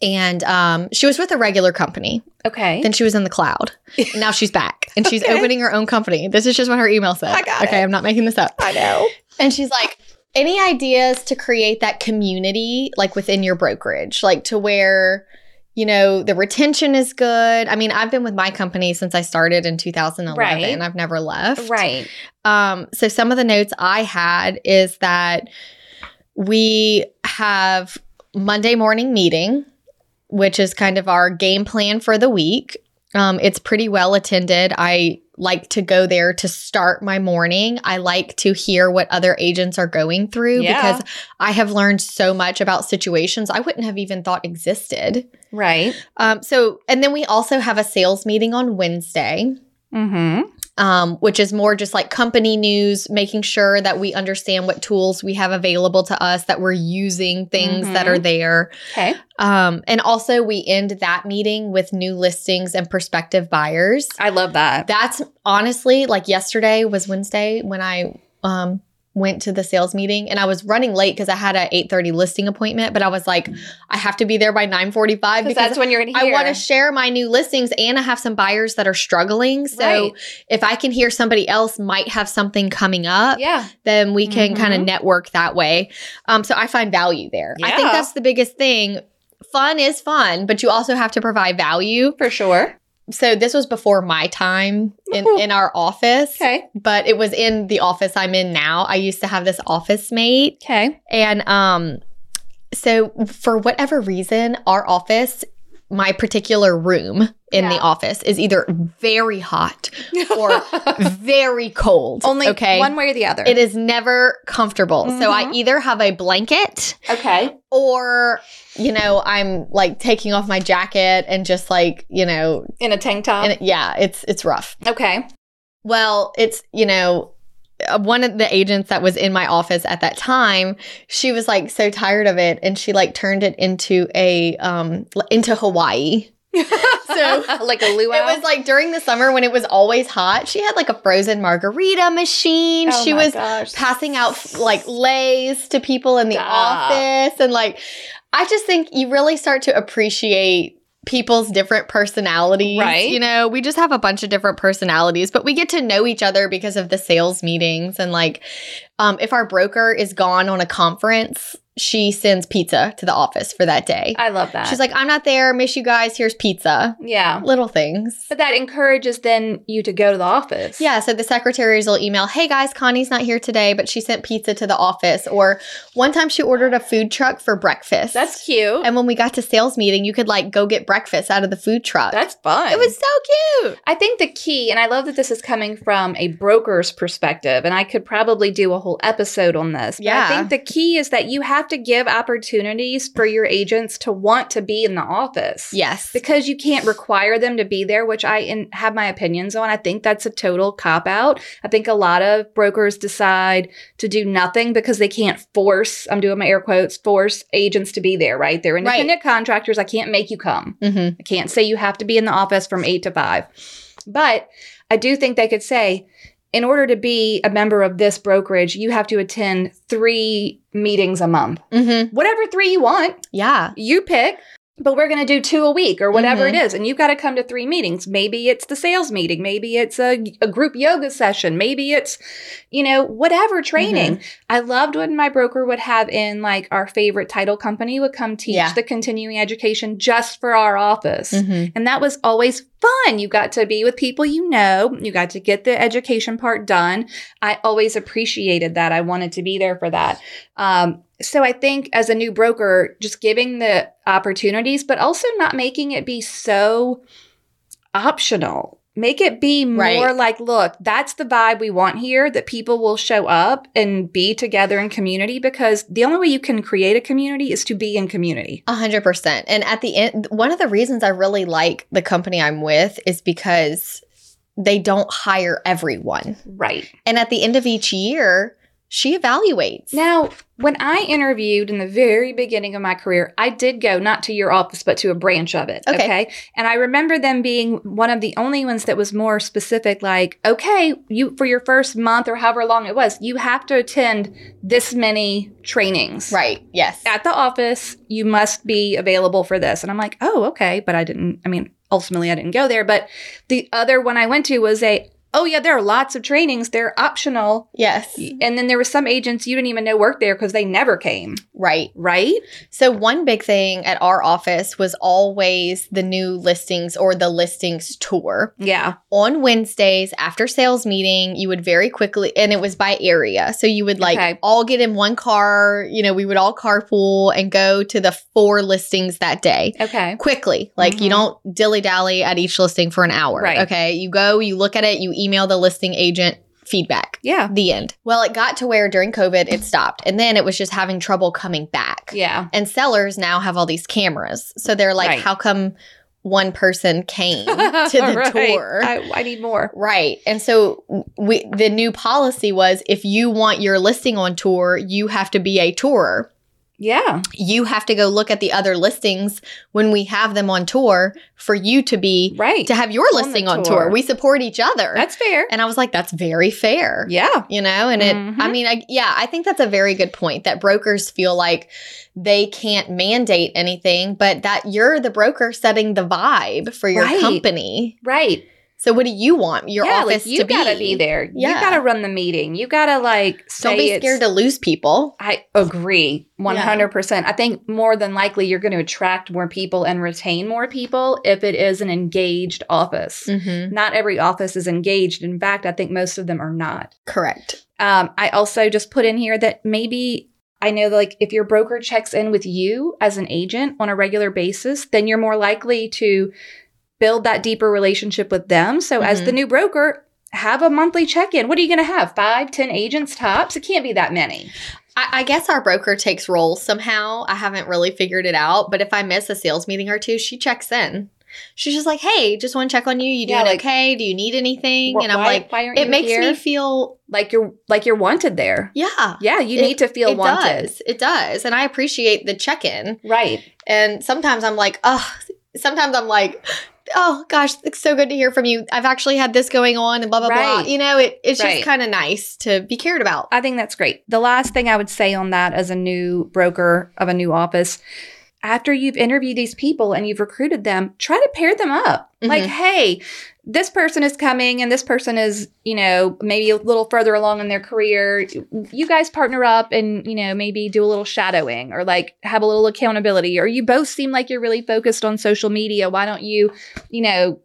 Speaker 4: and um, she was with a regular company
Speaker 3: Okay.
Speaker 4: Then she was in the cloud. And now she's back and she's
Speaker 3: Okay.
Speaker 4: opening her own company. This is just what her email said.
Speaker 3: I got
Speaker 4: okay,
Speaker 3: it.
Speaker 4: I'm not making this up.
Speaker 3: I know.
Speaker 4: And she's like, any ideas to create that community like within your brokerage, like to where, you know, the retention is good. I mean, I've been with my company since I started in 2011.
Speaker 3: Right.
Speaker 4: I've never left.
Speaker 3: Right.
Speaker 4: Um, so some of the notes I had is that we have Monday morning meeting, which is kind of our game plan for the week. Um, it's pretty well attended. I like to go there to start my morning. I like to hear what other agents are going through
Speaker 3: Yeah.
Speaker 4: because I have learned so much about situations I wouldn't have even thought existed.
Speaker 3: Right.
Speaker 4: Um, so, and then we also have a sales meeting on Wednesday
Speaker 3: Mm-hmm.
Speaker 4: um, which is more just like company news, making sure that we understand what tools we have available to us, that we're using things that
Speaker 3: Mhm.
Speaker 4: are there.
Speaker 3: Okay.
Speaker 4: Um, and also, we end that meeting with new listings and prospective buyers.
Speaker 3: I love that.
Speaker 4: That's honestly like yesterday was Wednesday when I um, went to the sales meeting and I was running late because I had a 8:30 listing appointment, but I was like, I have to be there by 9:45
Speaker 3: Because
Speaker 4: because
Speaker 3: that's when you're going to
Speaker 4: I
Speaker 3: hear.
Speaker 4: want to share my new listings and I have some buyers that are struggling. So
Speaker 3: Right.
Speaker 4: if I can hear somebody else might have something coming up,
Speaker 3: yeah.
Speaker 4: then we can kind of
Speaker 3: Mhm.
Speaker 4: network that way. Um, so I find value there. I think
Speaker 3: Yeah.
Speaker 4: that's the biggest thing. Fun is fun, but you also have to provide value.
Speaker 3: For sure.
Speaker 4: So this was before my time in,
Speaker 3: Ooh.
Speaker 4: in our office,
Speaker 3: Okay.
Speaker 4: but it was in the office I'm in now. I used to have this office mate
Speaker 3: Okay.
Speaker 4: and um, so for whatever reason, our office, my particular room in the
Speaker 5: Yeah.
Speaker 4: office is either very hot or very cold.
Speaker 3: Only
Speaker 4: okay.
Speaker 3: one way or the other.
Speaker 4: it is never comfortable. So I
Speaker 3: Mhm.
Speaker 4: either have a blanket
Speaker 3: Okay.
Speaker 4: or, you know, I'm like taking off my jacket and just like, you know,
Speaker 3: In a tank top.
Speaker 4: and it- yeah, it's it's rough.
Speaker 3: okay.
Speaker 4: Well, it's, you know, uh, one of the agents that was in my office at that time, she was like so tired of it and she like turned it into a um l- into Hawaii. so
Speaker 3: like a luau.
Speaker 4: it was like during the summer when it was always hot, she had like a frozen margarita machine.
Speaker 3: Oh
Speaker 4: she
Speaker 3: my
Speaker 4: was
Speaker 3: gosh.
Speaker 4: passing out like lays to people in the
Speaker 3: Stop.
Speaker 4: office and like I just think you really start to appreciate people's different personalities.
Speaker 3: Right.
Speaker 4: You know, we just have a bunch of different personalities, but we get to know each other because of the sales meetings and like um if our broker is gone on a conference, she sends pizza to the office for that day.
Speaker 3: I love that.
Speaker 4: She's like, "I'm not there, miss you guys, here's pizza."
Speaker 3: yeah.
Speaker 4: Little things.
Speaker 3: But that encourages then you to go to the office.
Speaker 4: Yeah, so the secretaries will email, hey guys, Connie's not here today, but she sent pizza to the office. Or one time she ordered a food truck for breakfast.
Speaker 3: That's cute.
Speaker 4: And when we got to sales meeting, you could like go get breakfast out of the food truck.
Speaker 3: That's fun.
Speaker 4: it was so cute.
Speaker 3: I think the key, and I love that this is coming from a broker's perspective, and I could probably do a whole episode on this. but
Speaker 4: Yeah.
Speaker 3: I think the key is that you have to give opportunities for your agents to want to be in the office.
Speaker 4: Yes.
Speaker 3: Because you can't require them to be there, which I in, have my opinions on. I think that's a total cop out. I think a lot of brokers decide to do nothing because they can't force, I'm doing my air quotes, force agents to be there, right? They're independent contractors. I can't make you come.
Speaker 4: Mm-hmm.
Speaker 3: I can't say you have to be in the office from eight to five. But I do think they could say, in order to be a member of this brokerage, you have to attend three meetings a month.
Speaker 4: Mm-hmm.
Speaker 3: Whatever three you want,
Speaker 4: Yeah.
Speaker 3: you pick, but we're going to do two a week or whatever it
Speaker 4: Mhm.
Speaker 3: is. And you've got to come to three meetings. Maybe it's the sales meeting. Maybe it's a, a group yoga session. Maybe it's, you know, whatever training.
Speaker 4: Mm-hmm.
Speaker 3: I loved when my broker would have in like our favorite title company would come teach
Speaker 4: Yeah.
Speaker 3: the continuing education just for our office.
Speaker 4: Mm-hmm.
Speaker 3: And that was always fun. You got to be with people you know, you got to get the education part done. I always appreciated that. I wanted to be there for that. Um, so I think as a new broker, just giving the opportunities, but also not making it be so optional. Make it be more
Speaker 4: Right.
Speaker 3: like, look, that's the vibe we want here that people will show up and be together in community because the only way you can create a community is to be in community.
Speaker 4: A hundred percent. And at the end, one of the reasons I really like the company I'm with is because they don't hire everyone.
Speaker 3: Right.
Speaker 4: And at the end of each year, she evaluates.
Speaker 3: Now, when I interviewed in the very beginning of my career, I did go not to your office, but to a branch of it.
Speaker 4: Okay.
Speaker 3: Okay. And I remember them being one of the only ones that was more specific, like, okay, you for your first month or however long it was, you have to attend this many trainings.
Speaker 4: Right. Yes.
Speaker 3: At the office, you must be available for this. And I'm like, oh, okay. But I didn't, I mean, ultimately I didn't go there. But the other one I went to was a, oh, yeah, there are lots of trainings. They're optional.
Speaker 4: Yes.
Speaker 3: And then there were some agents you didn't even know worked there because they never came,
Speaker 4: Right.
Speaker 3: right?
Speaker 4: So, one big thing at our office was always the new listings or the listings tour.
Speaker 3: Yeah.
Speaker 4: On Wednesdays after sales meeting, you would very quickly, and it was by area. So, you would like
Speaker 3: Okay.
Speaker 4: all get in one car, you know, we would all carpool and go to the four listings that day
Speaker 3: Okay.
Speaker 4: quickly. Like, you
Speaker 3: Mhm.
Speaker 4: don't dilly dally at each listing for an hour.
Speaker 3: Right.
Speaker 4: Okay. You go, you look at it, you email the listing agent feedback.
Speaker 3: Yeah.
Speaker 4: The end. Well, it got to where during COVID it stopped. And then it was just having trouble coming back.
Speaker 3: Yeah.
Speaker 4: And sellers now have all these cameras. So they're like,
Speaker 3: Right.
Speaker 4: how come one person came to the
Speaker 3: Right.
Speaker 4: tour?
Speaker 3: I, I need more.
Speaker 4: right. And so we the new policy was if you want your listing on tour, you have to be a tourer.
Speaker 3: Yeah.
Speaker 4: You have to go look at the other listings when we have them on tour for you to be
Speaker 3: Right.
Speaker 4: to have your
Speaker 3: the
Speaker 4: listing on tour.
Speaker 3: tour.
Speaker 4: We support each other.
Speaker 3: That's fair.
Speaker 4: and I was like, that's very fair
Speaker 3: Yeah.
Speaker 4: you know and it i
Speaker 3: Mhm.
Speaker 4: mean I, yeah i think that's a very good point that brokers feel like they can't mandate anything but that you're the broker setting the vibe for your
Speaker 3: Right.
Speaker 4: company
Speaker 3: Right.
Speaker 4: so what do you want your
Speaker 3: yeah,
Speaker 4: office
Speaker 3: like you
Speaker 4: to be
Speaker 3: gotta be there.
Speaker 4: Yeah.
Speaker 3: You gotta run the meeting. You gotta like say
Speaker 4: don't be
Speaker 3: it's-
Speaker 4: scared to lose people
Speaker 3: I agree 100%. I think more than likely you're going to attract more people and retain more people if it is an engaged office.
Speaker 4: mm-hmm.
Speaker 3: Not every office is engaged. In fact, I think most of them are not.
Speaker 4: correct
Speaker 3: Um, I also just put in here that maybe I know that, like if your broker checks in with you as an agent on a regular basis, then you're more likely to build that deeper relationship with them. So as
Speaker 4: Mhm.
Speaker 3: the new broker, have a monthly check-in. What are you going to have? Five, ten agents tops. It can't be that many.
Speaker 4: I, I guess our broker takes roles somehow i haven't really figured it out but if i miss a sales meeting or two she checks in She's just like, "Hey, just want to check on you. You doing
Speaker 3: Yeah, like,
Speaker 4: okay? Do you need anything?"
Speaker 3: Wh-
Speaker 4: and I'm
Speaker 3: why-
Speaker 4: like,
Speaker 3: why aren't
Speaker 4: "It
Speaker 3: you
Speaker 4: makes
Speaker 3: here?
Speaker 4: me feel,
Speaker 3: like you're like you're wanted there.
Speaker 4: yeah,
Speaker 3: Yeah, you
Speaker 4: It-
Speaker 3: need to feel
Speaker 4: it
Speaker 3: wanted.
Speaker 4: does, it does." And I appreciate the check-in.
Speaker 3: Right.
Speaker 4: And sometimes I'm like, oh, sometimes I'm like, oh gosh, it's so good to hear from you. I've actually had this going on and blah, blah,
Speaker 3: Right.
Speaker 4: blah. You know, it, it's
Speaker 3: Right.
Speaker 4: just kind of nice to be cared about.
Speaker 3: I think that's great. The last thing I would say on that as a new broker of a new office, after you've interviewed these people and you've recruited them, try to pair them up. Like,
Speaker 4: Mhm.
Speaker 3: hey, this person is coming and this person is, you know, maybe a little further along in their career. You guys partner up and, you know, maybe do a little shadowing or like have a little accountability or you both seem like you're really focused on social media. Why don't you, you know,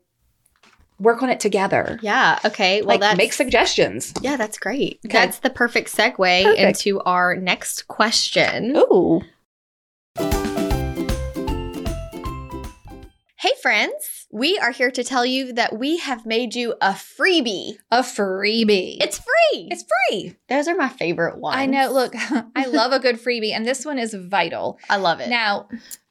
Speaker 3: work on it together?
Speaker 4: Yeah. Okay. Well,
Speaker 3: Like,
Speaker 4: that's
Speaker 3: make suggestions.
Speaker 4: yeah, that's great.
Speaker 3: Okay.
Speaker 4: That's the perfect segue
Speaker 3: Perfect.
Speaker 4: into our next question.
Speaker 3: Ooh.
Speaker 4: Hey, friends. We are here to tell you that we have made you a freebie.
Speaker 3: A freebie.
Speaker 4: It's free.
Speaker 3: it's free.
Speaker 4: Those are my favorite ones.
Speaker 3: I know. Look, I love a good freebie, and this one is vital.
Speaker 4: I love it.
Speaker 3: Now,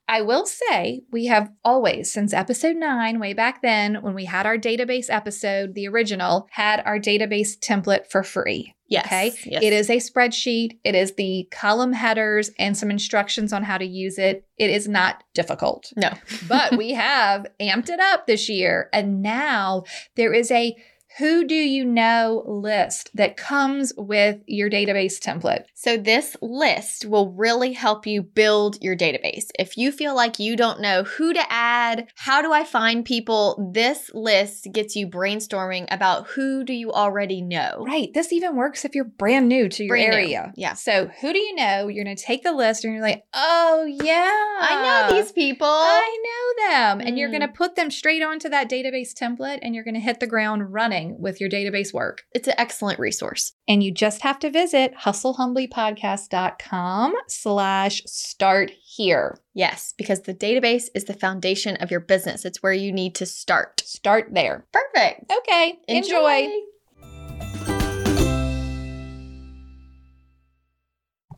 Speaker 3: I will say we have always, since episode nine, way back then, when we had our database episode, the original, had our database template for free.
Speaker 4: yes.
Speaker 3: Okay.
Speaker 4: Yes.
Speaker 3: It is a spreadsheet, it is the column headers and some instructions on how to use it. It is not difficult.
Speaker 4: No.
Speaker 3: but we have amped it up this year. And now there is a who do you know list that comes with your database template.
Speaker 4: So, this list will really help you build your database. If you feel like you don't know who to add, how do I find people, this list gets you brainstorming about who do you already know.
Speaker 3: Right. This even works if you're brand new to your
Speaker 4: Brand new,
Speaker 3: area.
Speaker 4: yeah.
Speaker 3: So who do you know? You're going to take the list and you're like, oh, yeah.
Speaker 4: I know these people.
Speaker 3: I know them. And you're
Speaker 4: Mm.
Speaker 3: going to put them straight onto that database template and you're going to hit the ground running with your database work.
Speaker 4: It's an excellent resource.
Speaker 3: And you just have to visit hustlehumblypodcast.com slash start here.
Speaker 4: Yes, because the database is the foundation of your business, it's where you need to start.
Speaker 3: Start there.
Speaker 4: Perfect.
Speaker 3: Okay. Enjoy.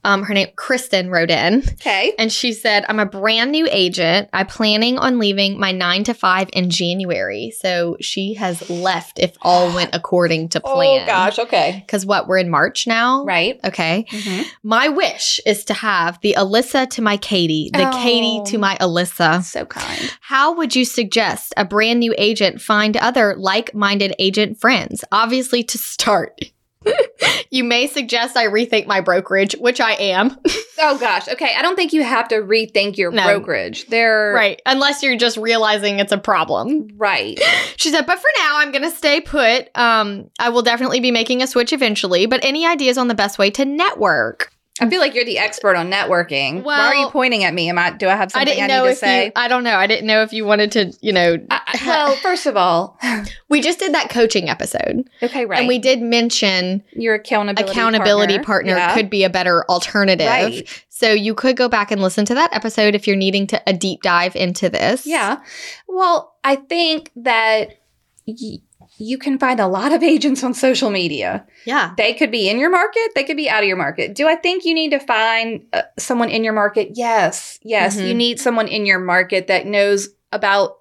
Speaker 4: Um, her name Kristen wrote in.
Speaker 3: Okay.
Speaker 4: And she said, I'm a brand new agent. I'm planning on leaving my nine to five in January. So she has left if all went according to plan.
Speaker 3: Okay. Mm-hmm.
Speaker 4: Because what, we're in March now?
Speaker 3: Oh, Right.
Speaker 4: Okay. My wish is to have the Alyssa to my Katie, the
Speaker 3: Oh.
Speaker 4: Katie to my Alyssa.
Speaker 3: So kind.
Speaker 4: How would you suggest a brand new agent find other like minded agent friends? Obviously, to start. you may suggest I rethink my brokerage, which I am.
Speaker 3: Oh gosh. Okay. I don't think you have to rethink your
Speaker 4: No.
Speaker 3: brokerage. They're
Speaker 4: Right. Unless you're just realizing it's a problem.
Speaker 3: Right.
Speaker 4: She said, but for now, I'm going to stay put. Um, I will definitely be making a switch eventually, but any ideas on the best way to network?
Speaker 3: I feel like you're the expert on networking. Why are you
Speaker 4: Well-
Speaker 3: pointing at me? Am I do I have
Speaker 4: I
Speaker 3: something I,
Speaker 4: didn't
Speaker 3: need
Speaker 4: know
Speaker 3: to
Speaker 4: if
Speaker 3: say?
Speaker 4: you, I don't know. I didn't know if you wanted to, you know.
Speaker 3: I- I- well, first of all,
Speaker 4: We just did that coaching episode
Speaker 3: okay, right.
Speaker 4: and we did mention
Speaker 3: your accountability
Speaker 4: accountability partner,
Speaker 3: Yeah.
Speaker 4: could be a better alternative.
Speaker 3: Right.
Speaker 4: So you could go back and listen to that episode if you're needing to a deep dive into this.
Speaker 3: Yeah. Well, I think that y- you can find a lot of agents on social media.
Speaker 4: Yeah.
Speaker 3: They could be in your market, they could be out of your market. Do I think you need to find uh, someone in your market? Yes. Yes,
Speaker 4: Mhm.
Speaker 3: you need someone in your market that knows about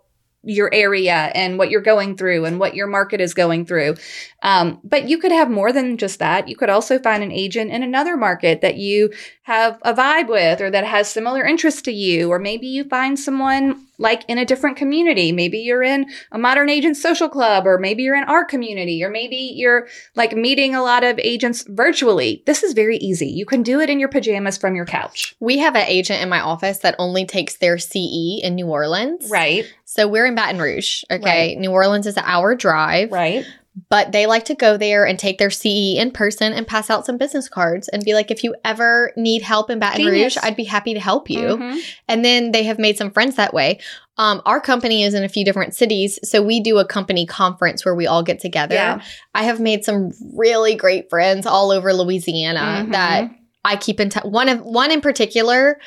Speaker 3: your area and what you're going through and what your market is going through. Um, but you could have more than just that. You could also find an agent in another market that you have a vibe with or that has similar interests to you. Or maybe you find someone like in a different community. Maybe you're in a modern agent social club, or maybe you're in our community, or maybe you're like meeting a lot of agents virtually. This is very easy. You can do it in your pajamas from your couch.
Speaker 4: We have an agent in my office that only takes their CE in New Orleans.
Speaker 3: Right,
Speaker 4: So we're in Baton Rouge. Okay.
Speaker 3: Right.
Speaker 4: New Orleans is an hour drive,
Speaker 3: right.
Speaker 4: but they like to go there and take their CE in person and pass out some business cards and be like, if you ever need help in Baton
Speaker 3: Genius. Mm-hmm.
Speaker 4: Rouge, I'd be happy to help you. And then they have made some friends that way. Um, our company is in a few different cities. So we do a company conference where we all get together.
Speaker 3: Yeah.
Speaker 4: I have made some really great friends all over Louisiana
Speaker 3: Mhm.
Speaker 4: that I keep in touch. One of one in particular,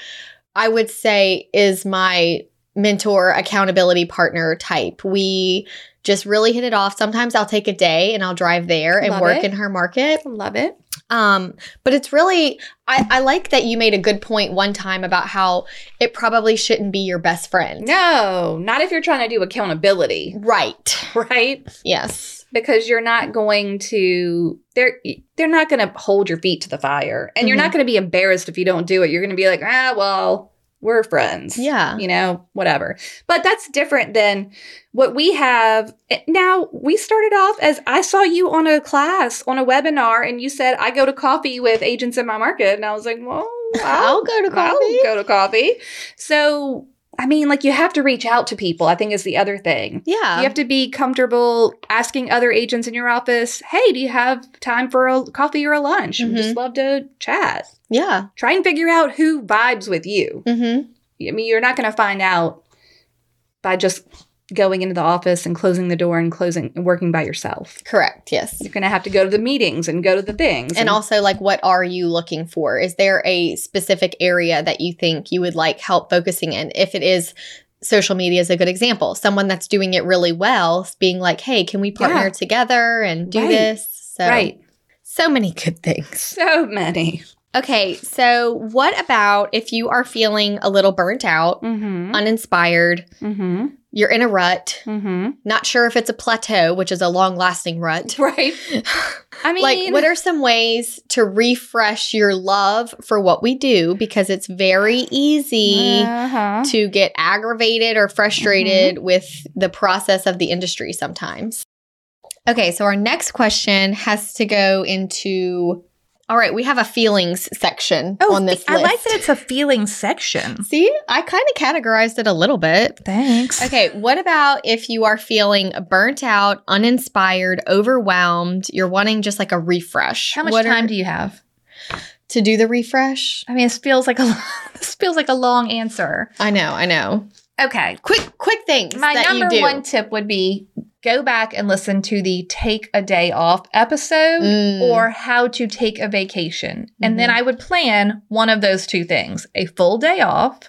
Speaker 4: I would say, is my mentor, accountability partner type. We just really hit it off. Sometimes I'll take a day and I'll drive there and
Speaker 6: Love
Speaker 4: work
Speaker 6: it.
Speaker 4: in her market.
Speaker 6: Love it.
Speaker 4: Um, but it's really, I, I like that you made a good point one time about how it probably shouldn't be your best friend.
Speaker 6: No, not if you're trying to do accountability,
Speaker 4: Right.
Speaker 6: right?
Speaker 4: Yes.
Speaker 6: Because you're not going to they're they're not going to hold your feet to the fire, and you're not going to be embarrassed if you don't do it. You're going to be like, ah, well, we're friends.
Speaker 4: Yeah.
Speaker 6: you know, whatever. But that's different than what we have. Eh, Now, we started off as I saw you on a class, on a webinar, and you said, I go to coffee with agents in my market. And I was like, well,
Speaker 4: I'll
Speaker 6: I'll,
Speaker 4: go to
Speaker 6: I'll
Speaker 4: coffee.
Speaker 6: go to coffee. So, I mean, like, you have to reach out to people, I think is the other thing.
Speaker 4: Yeah.
Speaker 6: You have to be comfortable asking other agents in your office, hey, do you have time for a coffee or a lunch?
Speaker 4: Mm-hmm.
Speaker 6: We'd just love to chat.
Speaker 4: Yeah.
Speaker 6: Try and figure out who vibes with you.
Speaker 4: Mm-hmm.
Speaker 6: I mean, you're not going to find out by just going into the office and closing the door and closing and working by yourself.
Speaker 4: Correct. Yes.
Speaker 6: You're going to have to go to the meetings and go to the things.
Speaker 3: Mm-hmm.
Speaker 4: And also, like, what are you looking for? Is there a specific area that you think you would like help focusing in? If it is, social media is a good example. Someone that's doing it really well, being like, hey, can we partner
Speaker 6: Yeah.
Speaker 4: together and do
Speaker 6: Right.
Speaker 4: this? So,
Speaker 6: right.
Speaker 4: So many good things.
Speaker 6: So many.
Speaker 4: Okay. So, what about if you are feeling a little burnt out,
Speaker 6: Mm-hmm.
Speaker 4: uninspired,
Speaker 6: Mm-hmm.
Speaker 4: you're in a rut,
Speaker 6: Mm-hmm.
Speaker 4: not sure if it's a plateau, which is a long lasting rut?
Speaker 6: Right. I mean,
Speaker 4: like what are some ways to refresh your love for what we do because it's very easy
Speaker 6: uh-huh.
Speaker 4: to get aggravated or frustrated
Speaker 3: Mm-hmm.
Speaker 4: with the process of the industry sometimes. Okay, so our next question has to go into All right, we have a feelings section on this
Speaker 3: Oh, I like
Speaker 4: list.
Speaker 3: that it's a feeling section.
Speaker 4: See, I kind of categorized it a little bit.
Speaker 3: Thanks.
Speaker 4: Okay, what about if you are feeling burnt out, uninspired, overwhelmed, you're wanting just like a refresh?
Speaker 3: How much
Speaker 4: What are-
Speaker 3: time do you have?
Speaker 4: to do the refresh?
Speaker 3: I mean, this feels like a this feels like a long answer.
Speaker 4: I know, I know.
Speaker 3: Okay,
Speaker 4: Quick, quick things
Speaker 3: My
Speaker 4: that
Speaker 3: number
Speaker 4: you do.
Speaker 3: one tip would be go back and listen to the take a day off episode
Speaker 4: Mm. Mm-hmm.
Speaker 3: or how to take a vacation. And then I would plan one of those two things a full day off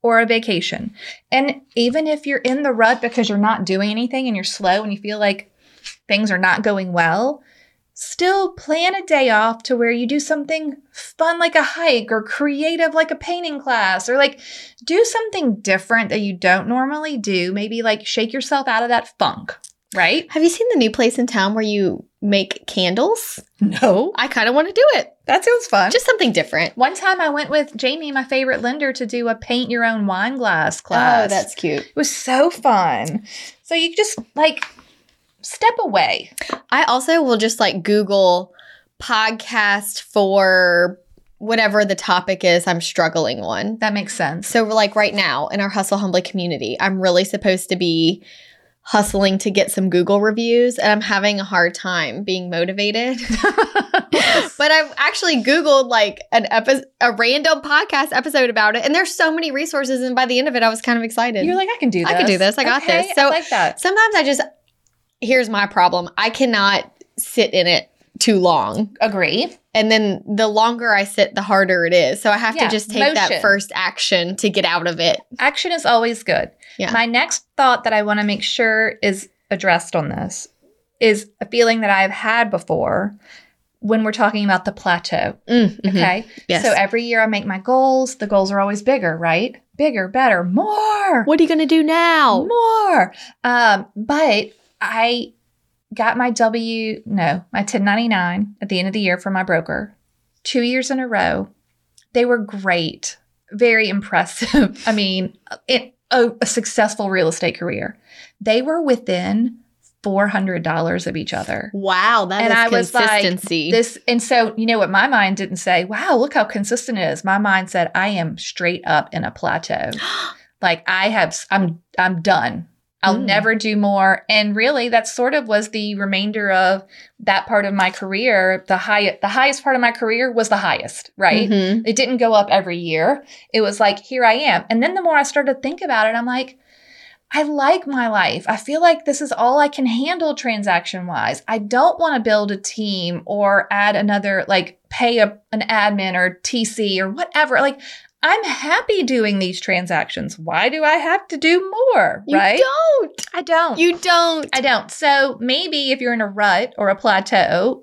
Speaker 3: or a vacation. And even if you're in the rut because you're not doing anything and you're slow and you feel like things are not going well, still plan a day off to where you do something fun like a hike or creative like a painting class or like do something different that you don't normally do. Maybe like shake yourself out of that funk, right?
Speaker 4: Have you seen the new place in town where you make candles?
Speaker 3: No.
Speaker 4: I kind of want to do it.
Speaker 3: That sounds fun.
Speaker 4: Just something different.
Speaker 3: One time I went with Jamie, my favorite lender, to do a paint your own wine glass class.
Speaker 4: cute.
Speaker 3: Oh, it was so fun. So you just like step away.
Speaker 4: I also will just like Google podcast for whatever the topic is I'm struggling on.
Speaker 3: That makes sense.
Speaker 4: So, like right now in our Hustle Humbly community, I'm really supposed to be hustling to get some Google reviews, and I'm having a hard time being motivated. but I've actually Googled like an epi- a random podcast episode about it, and there's so many resources. And by the end of it, I was kind of excited.
Speaker 3: You're like, I can do this.
Speaker 4: I can do this. I got
Speaker 3: Okay,
Speaker 4: this. So-
Speaker 3: I like that.
Speaker 4: Sometimes I just here's my problem: I cannot sit in it too long.
Speaker 3: Agree.
Speaker 4: And then the longer I sit, the harder it is. So I have
Speaker 3: Yeah,
Speaker 4: to just take that
Speaker 3: motion.
Speaker 4: first action to get out of it.
Speaker 3: Action is always good.
Speaker 4: Yeah.
Speaker 3: My next thought that I want to make sure is addressed on this is a feeling that I've had before when we're talking about the plateau.
Speaker 4: Mm, mhm.
Speaker 3: Okay.
Speaker 4: Yes.
Speaker 3: So every year I make my goals. The goals are always bigger, right? Bigger, better, more.
Speaker 4: What are you going to do now?
Speaker 3: more. Um, but I got my W, no, my 1099 at the end of the year from my broker, two years in a row. They were great, very impressive. I mean, it, a, a successful real estate career. They were within $400 of each other.
Speaker 4: Wow, that is
Speaker 3: And I was like,
Speaker 4: consistency.
Speaker 3: This and so you know what my mind didn't say, wow, look how consistent it is. My mind said I am straight up in a plateau. like I have I'm I'm done. I'll
Speaker 4: Mm.
Speaker 3: never do more. And really that sort of was the remainder of that part of my career. The high the highest part of my career was the highest, right?
Speaker 4: Mhm.
Speaker 3: It didn't go up every year. It was like, here I am. And then the more I started to think about it, I'm like, I like my life. I feel like this is all I can handle transaction wise. I don't want to build a team or add another, like pay a, an admin or TC or whatever. Like, I'm happy doing these transactions. Why do I have to do more?
Speaker 4: You
Speaker 3: right?
Speaker 4: don't.
Speaker 3: I don't.
Speaker 4: You don't.
Speaker 3: I don't. So maybe if you're in a rut or a plateau,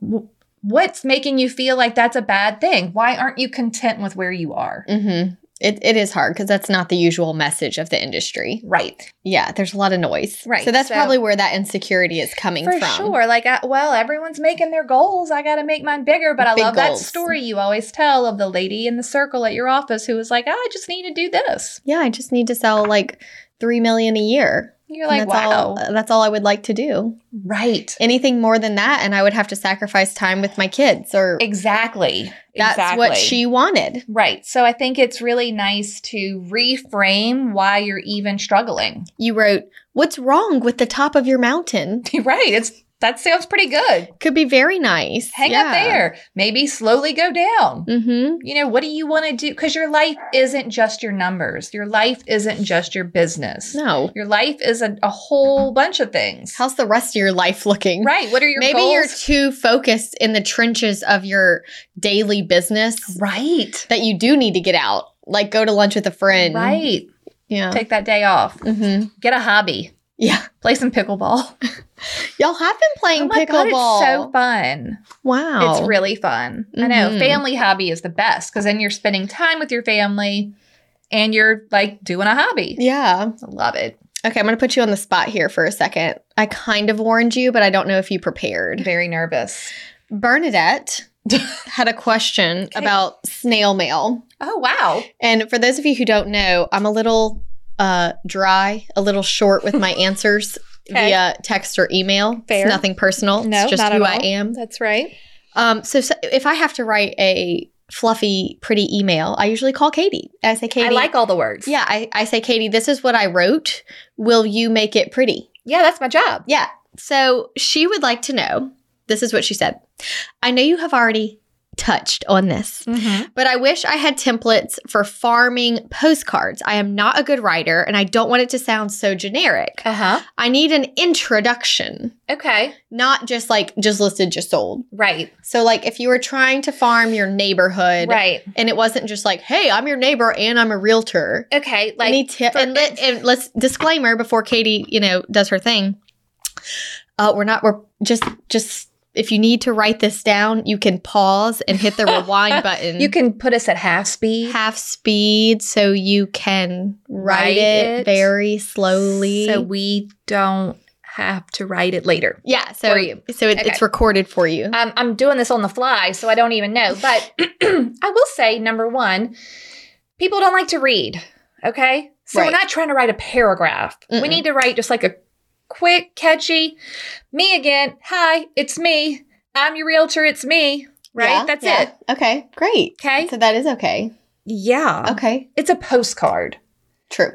Speaker 3: w- what's making you feel like that's a bad thing? Why aren't you content with where you are?
Speaker 4: Mm-hmm. It, it is hard because that's not the usual message of the industry.
Speaker 3: Right.
Speaker 4: Yeah, there's a lot of noise.
Speaker 3: Right,
Speaker 4: So that's
Speaker 3: so-
Speaker 4: probably where that insecurity is coming
Speaker 3: For
Speaker 4: from.
Speaker 3: sure. Like, I, well, everyone's making their goals. I got to make mine bigger. But I
Speaker 4: Big
Speaker 3: love that
Speaker 4: goals.
Speaker 3: story you always tell of the lady in the circle at your office who was like, "Ah, I just need to do this.
Speaker 4: Yeah, I just need to sell like three million a year.
Speaker 3: You're
Speaker 4: And
Speaker 3: like,
Speaker 4: that's
Speaker 3: wow.
Speaker 4: all uh, that's all I would like to do.
Speaker 3: right.
Speaker 4: Anything more than that, and I would have to sacrifice time with my kids or
Speaker 3: Exactly.
Speaker 4: that's
Speaker 3: exactly.
Speaker 4: what she wanted.
Speaker 3: Right. So I think it's really nice to reframe why you're even struggling.
Speaker 4: You wrote, What's wrong with the top of your mountain?
Speaker 3: You're right. It's that sounds pretty good.
Speaker 4: Could be very nice.
Speaker 3: Hang up there. Maybe slowly go down.
Speaker 4: Mm-hmm.
Speaker 3: You know, what do you want to do? Because your life isn't just your numbers. Your life isn't just your business.
Speaker 4: No.
Speaker 3: Your life is a, a whole bunch of things.
Speaker 4: How's the rest of your life looking?
Speaker 3: right. What are your
Speaker 4: Maybe you're
Speaker 3: goals?
Speaker 4: too focused in the trenches of your daily business
Speaker 3: right.
Speaker 4: that you do need to get out. Like go to lunch with a friend.
Speaker 3: Right.
Speaker 4: Yeah.
Speaker 3: Take that day off.
Speaker 4: mm-hmm.
Speaker 3: Get a hobby.
Speaker 4: Yeah.
Speaker 3: Play some pickleball. Oh
Speaker 4: Y'all have been playing pickleball. Oh.
Speaker 3: it's so fun.
Speaker 4: wow.
Speaker 3: It's really fun. I know.
Speaker 4: Mhm.
Speaker 3: Family hobby is the best because then you're spending time with your family and you're like doing a hobby.
Speaker 4: yeah.
Speaker 3: I love it.
Speaker 4: Okay, I'm going to put you on the spot here for a second. I kind of warned you, but I don't know if you prepared.
Speaker 3: Very nervous.
Speaker 4: Bernadette had a question about snail mail.
Speaker 3: Oh, wow.
Speaker 4: And for those of you who don't know, I'm a little uh, dry, a little short with my answers
Speaker 7: Okay.
Speaker 4: via text or email.
Speaker 7: Fair.
Speaker 4: It's nothing personal.
Speaker 7: No,
Speaker 4: it's just
Speaker 7: not at
Speaker 4: who I
Speaker 7: all.
Speaker 4: am.
Speaker 7: That's right.
Speaker 4: Um, so, so if I have to write a fluffy, pretty email, I usually call Katie. I say, Katie,
Speaker 7: I like all the words.
Speaker 4: yeah, I, I say, Katie, this is what I wrote. Will you make it pretty?
Speaker 7: Yeah, that's my job.
Speaker 4: Yeah. So she would like to know this is what she said. I know you have already touched on this,
Speaker 3: Mm-hmm.
Speaker 4: but I wish I had templates for farming postcards. I am not a good writer and I don't want it to sound so generic.
Speaker 7: Uh huh.
Speaker 4: I need an introduction,
Speaker 3: Okay.
Speaker 4: not just like just listed, just sold.
Speaker 3: Right.
Speaker 4: So, like, if you were trying to farm your neighborhood
Speaker 3: Right.
Speaker 4: and it wasn't just like, hey, I'm your neighbor and I'm a realtor,
Speaker 3: Okay. Like,
Speaker 4: any tip
Speaker 3: for-
Speaker 4: and, let, and let's disclaimer before katie you know does her thing uh we're not we're just just if you need to write this down you can pause and hit the rewind button
Speaker 3: you can put us at half speed.
Speaker 4: half speed so you can write,
Speaker 3: Write
Speaker 4: it,
Speaker 3: it
Speaker 4: very slowly
Speaker 3: So we don't have to write it later.
Speaker 4: yeah so
Speaker 3: for you.
Speaker 4: so it,
Speaker 3: Okay.
Speaker 4: it's recorded for you
Speaker 3: Um, I'm doing this on the fly, so I don't even know. But I will say, number one, people don't like to read. Okay. So
Speaker 4: Right.
Speaker 3: we're not trying to write a paragraph. We
Speaker 4: Mm-mm.
Speaker 3: need to write just like a quick, catchy, me again. Hi, it's me. I'm your realtor. It's me. Right.
Speaker 4: Yeah,
Speaker 3: That's
Speaker 4: yeah.
Speaker 3: it.
Speaker 4: okay great
Speaker 3: Okay.
Speaker 4: so that is okay
Speaker 3: yeah.
Speaker 4: okay
Speaker 3: It's a postcard.
Speaker 4: true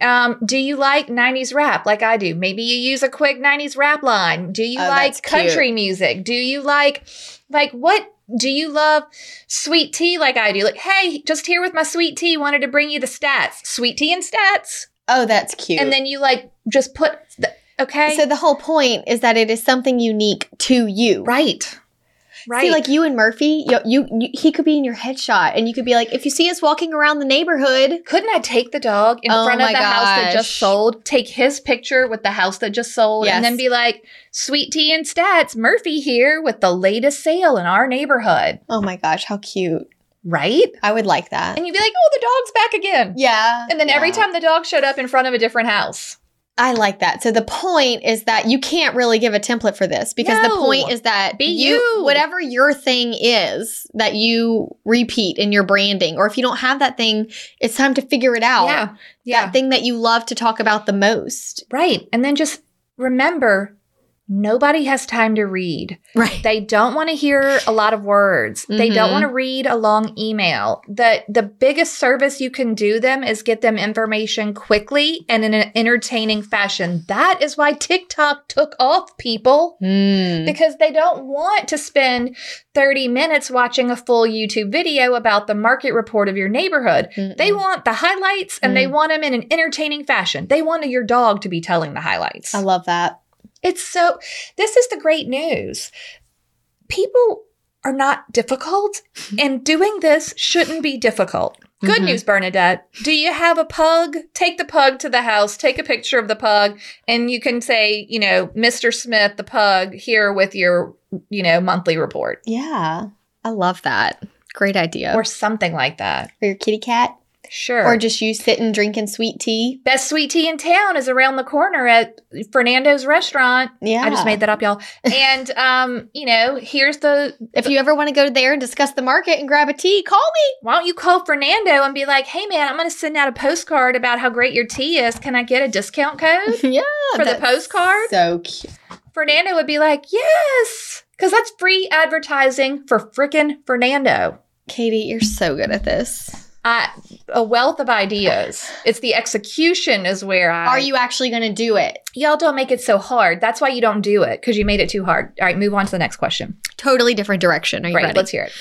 Speaker 3: Um, do you like 90s rap like I do? Maybe you use a quick 90s rap line. Do you
Speaker 4: Oh,
Speaker 3: like
Speaker 4: that's cute.
Speaker 3: country music? Do you like like what do you love sweet tea like I do? Like, hey, just here with my sweet tea, wanted to bring you the stats. Sweet tea and stats.
Speaker 4: oh that's cute
Speaker 3: And then you like just put the, okay.
Speaker 4: so the whole point is that it is something unique to you
Speaker 3: right. Right.
Speaker 4: See, like you and Murphy, you, you, you he could be in your headshot, and you could be like, if you see us walking around the neighborhood,
Speaker 3: couldn't I take the dog in
Speaker 4: Oh
Speaker 3: front of
Speaker 4: my
Speaker 3: the house that just
Speaker 4: gosh.
Speaker 3: sold, take his picture with the house that just sold,
Speaker 4: Yes.
Speaker 3: and then be like, sweet tea and stats, Murphy here with the latest sale in our neighborhood.
Speaker 4: oh my gosh, how cute!
Speaker 3: Right?
Speaker 4: I would like that.
Speaker 3: And you'd be like, oh, the dog's back again.
Speaker 4: Yeah,
Speaker 3: And then every
Speaker 4: yeah.
Speaker 3: time the dog showed up in front of a different house.
Speaker 4: I like that. So the point is that you can't really give a template for this because the
Speaker 3: No.
Speaker 4: point is that
Speaker 3: Be you.
Speaker 4: whatever your thing is that you repeat in your branding, or if you don't have that thing, it's time to figure it out.
Speaker 3: Yeah. Yeah.
Speaker 4: That thing that you love to talk about the most,
Speaker 3: Right. And then just remember nobody has time to read.
Speaker 4: right?
Speaker 3: They don't want to hear a lot of words. They don't
Speaker 4: Mhm.
Speaker 3: want to read a long email. The the biggest service you can do them is get them information quickly and in an entertaining fashion. That is why TikTok took off people
Speaker 4: Hmm. Mm.
Speaker 3: because they don't want to spend 30 minutes watching a full YouTube video about the market report of your neighborhood.
Speaker 4: Mm.
Speaker 3: They want the highlights and they want them in an entertaining fashion. They want your dog to be telling the highlights.
Speaker 4: I love that.
Speaker 3: It's so, this is the great news. People are not difficult, and doing this shouldn't be difficult. Good
Speaker 4: Mhm.
Speaker 3: news, Bernadette. Do you have a pug? Take the pug to the house, take a picture of the pug, and you can say, you know, Mr. Smith, the pug, here with your, you know, monthly report
Speaker 4: Yeah. I love that. Great idea.
Speaker 3: or something like that.
Speaker 4: for your kitty cat.
Speaker 3: Sure.
Speaker 4: Or just you sitting drinking sweet tea.
Speaker 3: Best sweet tea in town is around the corner at Fernando's restaurant.
Speaker 4: Yeah.
Speaker 3: I just made that up, y'all. And um, you know, here's the
Speaker 4: If you ever want to go there and discuss the market and grab a tea, call me.
Speaker 3: why don't you call Fernando and be like, hey man, I'm gonna send out a postcard about how great your tea is. Can I get a discount code?
Speaker 4: yeah.
Speaker 3: For the
Speaker 4: that's
Speaker 3: postcard?
Speaker 4: So cute.
Speaker 3: Fernando would be like, yes, because that's free advertising for frickin' Fernando.
Speaker 4: Katie, you're so good at this.
Speaker 3: I, a wealth of ideas. It's the execution is where I
Speaker 4: Are you actually going to do it?
Speaker 3: Y'all don't make it so hard. That's why you don't do it because you made it too hard. All right, move on to the next question.
Speaker 4: Totally different direction. Are you
Speaker 3: Right,
Speaker 4: ready?
Speaker 3: let's hear it.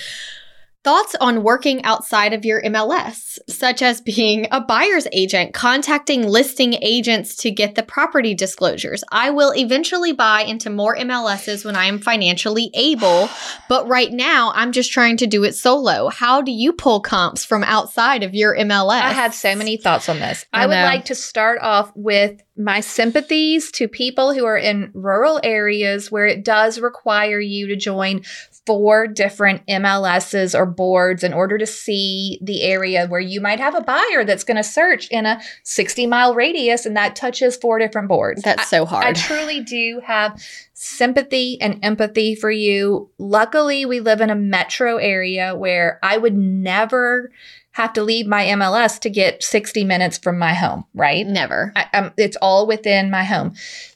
Speaker 4: Thoughts on working outside of your MLS, such as being a buyer's agent, contacting listing agents to get the property disclosures. I will eventually buy into more MLSs when I am financially able, but right now I'm just trying to do it solo. How do you pull comps from outside of your MLS?
Speaker 3: I have so many thoughts on this.
Speaker 4: I
Speaker 3: I, would
Speaker 4: know.
Speaker 3: like to start off with my sympathies to people who are in rural areas where it does require you to join four different MLSs or boards in order to see the area where you might have a buyer that's going to search in a 60 mile radius and that touches four different boards.
Speaker 4: That's so
Speaker 3: I
Speaker 4: hard.
Speaker 3: truly do have sympathy and empathy for you. Luckily, we live in a metro area where I would never have to leave my MLS to get 60 minutes from my home, right?
Speaker 4: Never.
Speaker 3: I, um, it's all within my home.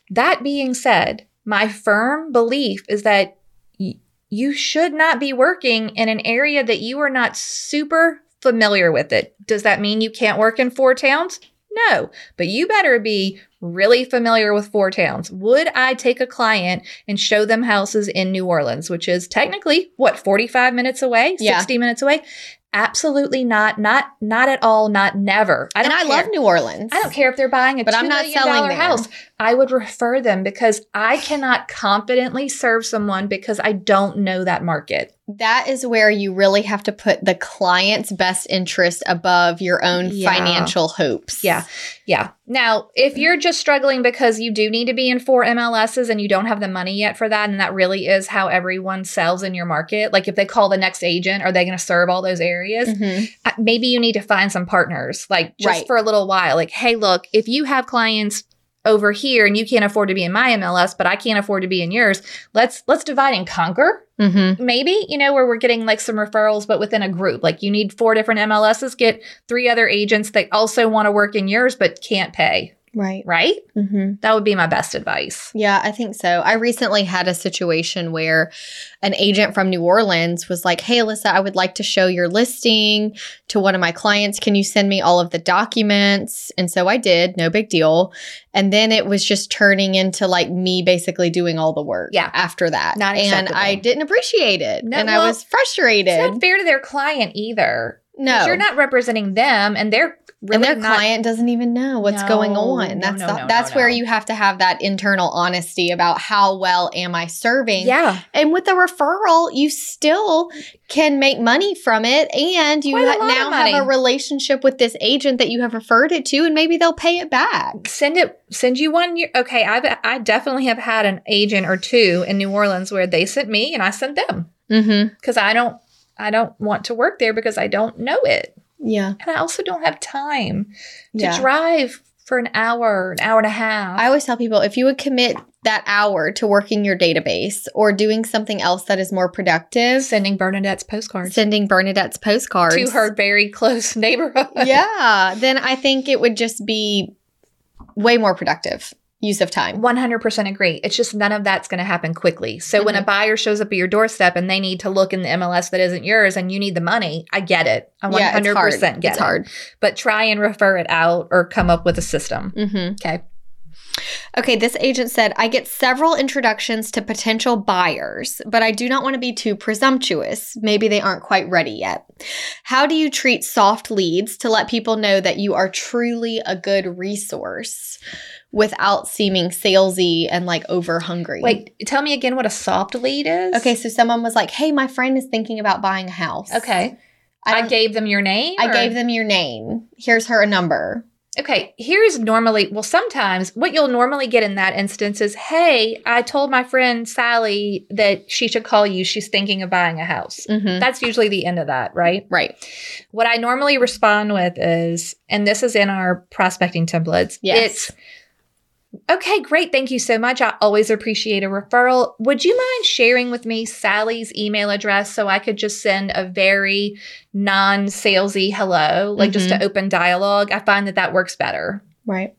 Speaker 3: That being said, my firm belief is that y- you should not be working in an area that you are not super familiar with it. Does that mean you can't work in four towns? No, but you better be really familiar with four towns. Would I take a client and show them houses in New Orleans, which is technically what 45 minutes away,
Speaker 4: Yeah.
Speaker 3: 60 minutes away? Absolutely not. Not not at all, not never. I
Speaker 4: and I
Speaker 3: care.
Speaker 4: love New Orleans.
Speaker 3: I don't care if they're buying a
Speaker 4: But
Speaker 3: but
Speaker 4: I'm not selling
Speaker 3: dollar
Speaker 4: there.
Speaker 3: house. I would refer them because I cannot confidently serve someone because I don't know that market.
Speaker 4: That is where you really have to put the client's best interest above your own
Speaker 3: Yeah.
Speaker 4: financial hopes.
Speaker 3: Yeah. Yeah. Now, if you're just struggling because you do need to be in four MLSs and you don't have the money yet for that, and that really is how everyone sells in your market, like if they call the next agent, are they going to serve all those areas?
Speaker 4: Mhm.
Speaker 3: uh, maybe you need to find some partners, like just
Speaker 4: Right.
Speaker 3: for a little while. Like, hey, look, if you have clients over here and you can't afford to be in my MLS, but I can't afford to be in yours, let's let's divide and conquer.
Speaker 4: Mm-hmm.
Speaker 3: Maybe you know where we're getting like some referrals, but within a group. Like, you need four different MLSs, get three other agents that also want to work in yours but can't pay.
Speaker 4: Right.
Speaker 3: Right?
Speaker 4: Mm-hmm.
Speaker 3: That would be my best advice.
Speaker 4: Yeah, I think so. I recently had a situation where an agent from New Orleans was like, Hey, Alyssa, I would like to show your listing to one of my clients. Can you send me all of the documents? And so I did, no big deal. And then it was just turning into like me basically doing all the work
Speaker 3: Yeah.
Speaker 4: after that.
Speaker 3: Not
Speaker 4: and I
Speaker 3: acceptable.
Speaker 4: didn't appreciate it.
Speaker 3: No,
Speaker 4: and I
Speaker 3: well,
Speaker 4: was frustrated.
Speaker 3: It's not fair to their client either. 'cause
Speaker 4: no.
Speaker 3: you're not representing them, and they're really
Speaker 4: and their
Speaker 3: not
Speaker 4: client doesn't even know what's going
Speaker 3: No,
Speaker 4: on.
Speaker 3: no,
Speaker 4: That's
Speaker 3: no,
Speaker 4: the-
Speaker 3: no,
Speaker 4: that's
Speaker 3: no,
Speaker 4: where
Speaker 3: no.
Speaker 4: you have to have that internal honesty about how well am I serving.
Speaker 3: Yeah,
Speaker 4: And with the referral, you still can make money from it. And you
Speaker 3: Quite a
Speaker 4: ha-
Speaker 3: lot of
Speaker 4: now have a
Speaker 3: money.
Speaker 4: relationship with this agent that you have referred it to, and maybe they'll pay it back.
Speaker 3: send it send you one year okay i've i definitely have had an agent or two in new orleans where they sent me and i sent them
Speaker 4: Mm-hmm.
Speaker 3: because i don't i don't want to work there because i don't know it
Speaker 4: Yeah.
Speaker 3: and i also don't have time
Speaker 4: Yeah.
Speaker 3: to drive for an hour an hour and a half
Speaker 4: I always tell people if you would commit that hour to working your database or doing something else that is more productive,
Speaker 3: sending bernadette's postcards
Speaker 4: sending Bernadette's postcards
Speaker 3: to her very close neighborhood
Speaker 4: yeah, then I think it would just be way more productive use of time.
Speaker 3: 100% agree. It's just none of that's going to happen quickly. So when a
Speaker 4: Mm-hmm.
Speaker 3: buyer shows up at your doorstep and they need to look in the MLS that isn't yours and you need the money, I get it. I 100%
Speaker 4: yeah, it's hard.
Speaker 3: get
Speaker 4: it's
Speaker 3: it.
Speaker 4: hard.
Speaker 3: but try and refer it out or come up with a system.
Speaker 4: Mm-hmm.
Speaker 3: Okay.
Speaker 4: Okay, this agent said, I get several introductions to potential buyers, but I do not want to be too presumptuous. Maybe they aren't quite ready yet. How do you treat soft leads to let people know that you are truly a good resource without seeming salesy and like over hungry?
Speaker 3: Wait, tell me again what a soft lead is.
Speaker 4: Okay, so someone was like, Hey, my friend is thinking about buying a house.
Speaker 3: Okay.
Speaker 4: I,
Speaker 3: I,
Speaker 4: don't-
Speaker 3: gave them your name.
Speaker 4: I
Speaker 3: or-
Speaker 4: gave them your name. Here's her number.
Speaker 3: Okay, here's normally, well, sometimes what you'll normally get in that instance is, hey, I told my friend Sally that she should call you. She's thinking of buying a house.
Speaker 4: Mm-hmm.
Speaker 3: That's usually the end of that, right?
Speaker 4: Right.
Speaker 3: What I normally respond with is, and this is in our prospecting templates.
Speaker 4: Yes.
Speaker 3: It's, okay, great. Thank you so much. I always appreciate a referral. Would you mind sharing with me Sally's email address so I could just send a very non salesy hello, like just
Speaker 4: Mm-hmm.
Speaker 3: to open dialogue? I find that that works better.
Speaker 4: Right.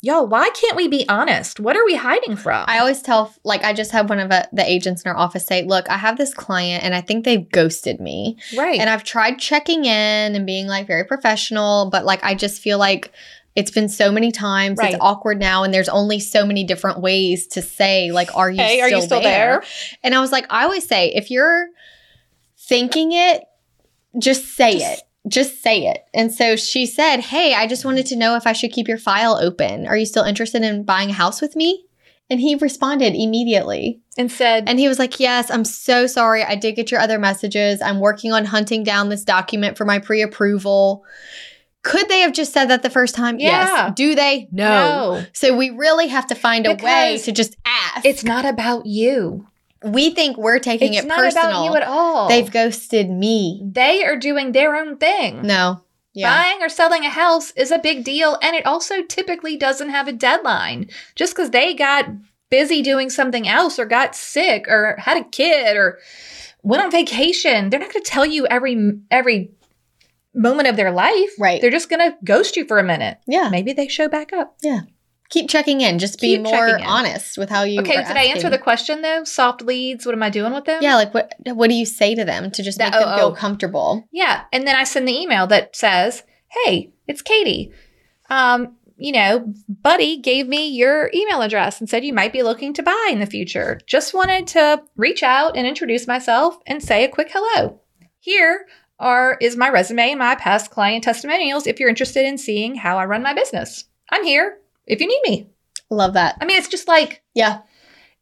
Speaker 3: Yo, why can't we be honest? What are we hiding from?
Speaker 4: I always tell, like, I just had one of uh, the agents in our office say, Look, I have this client and I think they've ghosted me.
Speaker 3: right.
Speaker 4: And I've tried checking in and being like very professional, but like, I just feel like it's been so many times.
Speaker 3: Right.
Speaker 4: It's awkward now. And there's only so many different ways to say, like, Are you,
Speaker 3: Hey,
Speaker 4: still,
Speaker 3: are you still there?
Speaker 4: And I was like, I always say, if you're thinking it, just say it. Just say it. And so she said, Hey, I just wanted to know if I should keep your file open. Are you still interested in buying a house with me? And he responded immediately.
Speaker 3: and said,
Speaker 4: And he was like, Yes, I'm so sorry. I did get your other messages. I'm working on hunting down this document for my pre approval. Could they have just said that the first time?
Speaker 3: Yeah.
Speaker 4: Yes. Do they? No. So we really have to find a way
Speaker 3: Because
Speaker 4: to just ask.
Speaker 3: It's not about you.
Speaker 4: we think we're taking
Speaker 3: It's
Speaker 4: it
Speaker 3: not
Speaker 4: personal.
Speaker 3: about you at all.
Speaker 4: They've ghosted me.
Speaker 3: they are doing their own thing.
Speaker 4: No. Yeah.
Speaker 3: Buying or selling a house is a big deal, and it also typically doesn't have a deadline. Just because they got busy doing something else, or got sick, or had a kid, or went on vacation, they're not going to tell you every every moment of their life.
Speaker 4: Right.
Speaker 3: They're just going to ghost you for a minute.
Speaker 4: Yeah.
Speaker 3: Maybe they show back up.
Speaker 4: Keep checking in. Just be
Speaker 3: Keep
Speaker 4: more
Speaker 3: checking in.
Speaker 4: honest with how you.
Speaker 3: okay,
Speaker 4: are
Speaker 3: did I answer
Speaker 4: asking.
Speaker 3: the question though? Soft leads. What am I doing with them?
Speaker 4: Yeah, like what? What do you say to them to just
Speaker 3: That-
Speaker 4: make them
Speaker 3: oh,
Speaker 4: feel
Speaker 3: oh.
Speaker 4: comfortable?
Speaker 3: Yeah. And then I send the email that says, Hey, it's Katie. Um, you know, Buddy gave me your email address and said you might be looking to buy in the future. Just wanted to reach out and introduce myself and say a quick hello. Here are is my resume and my past client testimonials if you're interested in seeing how I run my business. I'm here if you need me.
Speaker 4: Love that.
Speaker 3: I mean, it's just like
Speaker 4: Yeah.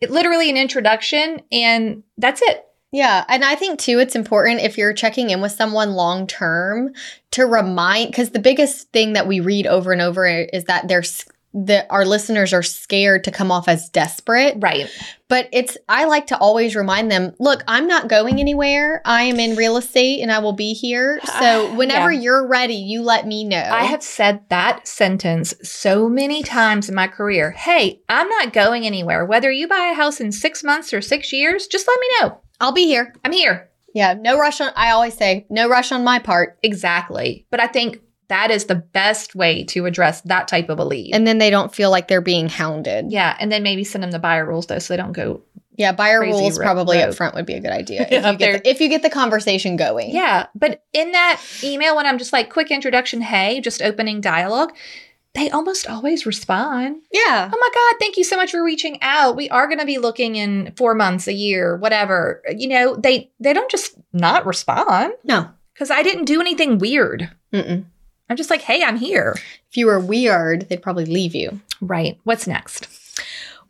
Speaker 3: it literally an introduction and that's it.
Speaker 4: Yeah, and I think too, it's important if you're checking in with someone long term to remind because the biggest thing that we read over and over is that they're s- that our listeners are scared to come off as desperate.
Speaker 3: Right.
Speaker 4: But it's I like to always remind them, look, I'm not going anywhere. I am in real estate and I will be here. So whenever you're ready, you let me know.
Speaker 3: I have said that sentence so many times in my career. Hey, I'm not going anywhere. Whether you buy a house in six months or six years, just let me know.
Speaker 4: I'll be here.
Speaker 3: I'm here.
Speaker 4: Yeah, no rush on I always say no rush on my part.
Speaker 3: Exactly. But I think that is the best way to address that type of a lead.
Speaker 4: And then they don't feel like they're being hounded. Yeah,
Speaker 3: yeah, and then maybe send them the buyer rules though, so they don't go.
Speaker 4: buyer
Speaker 3: Crazy
Speaker 4: rules
Speaker 3: ro-
Speaker 4: probably
Speaker 3: road.
Speaker 4: up front would be a good idea.
Speaker 3: Yeah,
Speaker 4: if, you
Speaker 3: they're-
Speaker 4: get the, if you get the conversation going.
Speaker 3: Yeah, but in that email when I'm just like quick introduction, hey, just opening dialogue, they almost always respond.
Speaker 4: Yeah.
Speaker 3: oh my god thank you so much for reaching out we are going to be looking in four months a year whatever you know they they don't just not respond
Speaker 4: No.
Speaker 3: because i didn't do anything weird
Speaker 4: Mm-mm.
Speaker 3: i'm just like hey i'm here
Speaker 4: If you were weird, they'd probably leave you.
Speaker 3: right what's next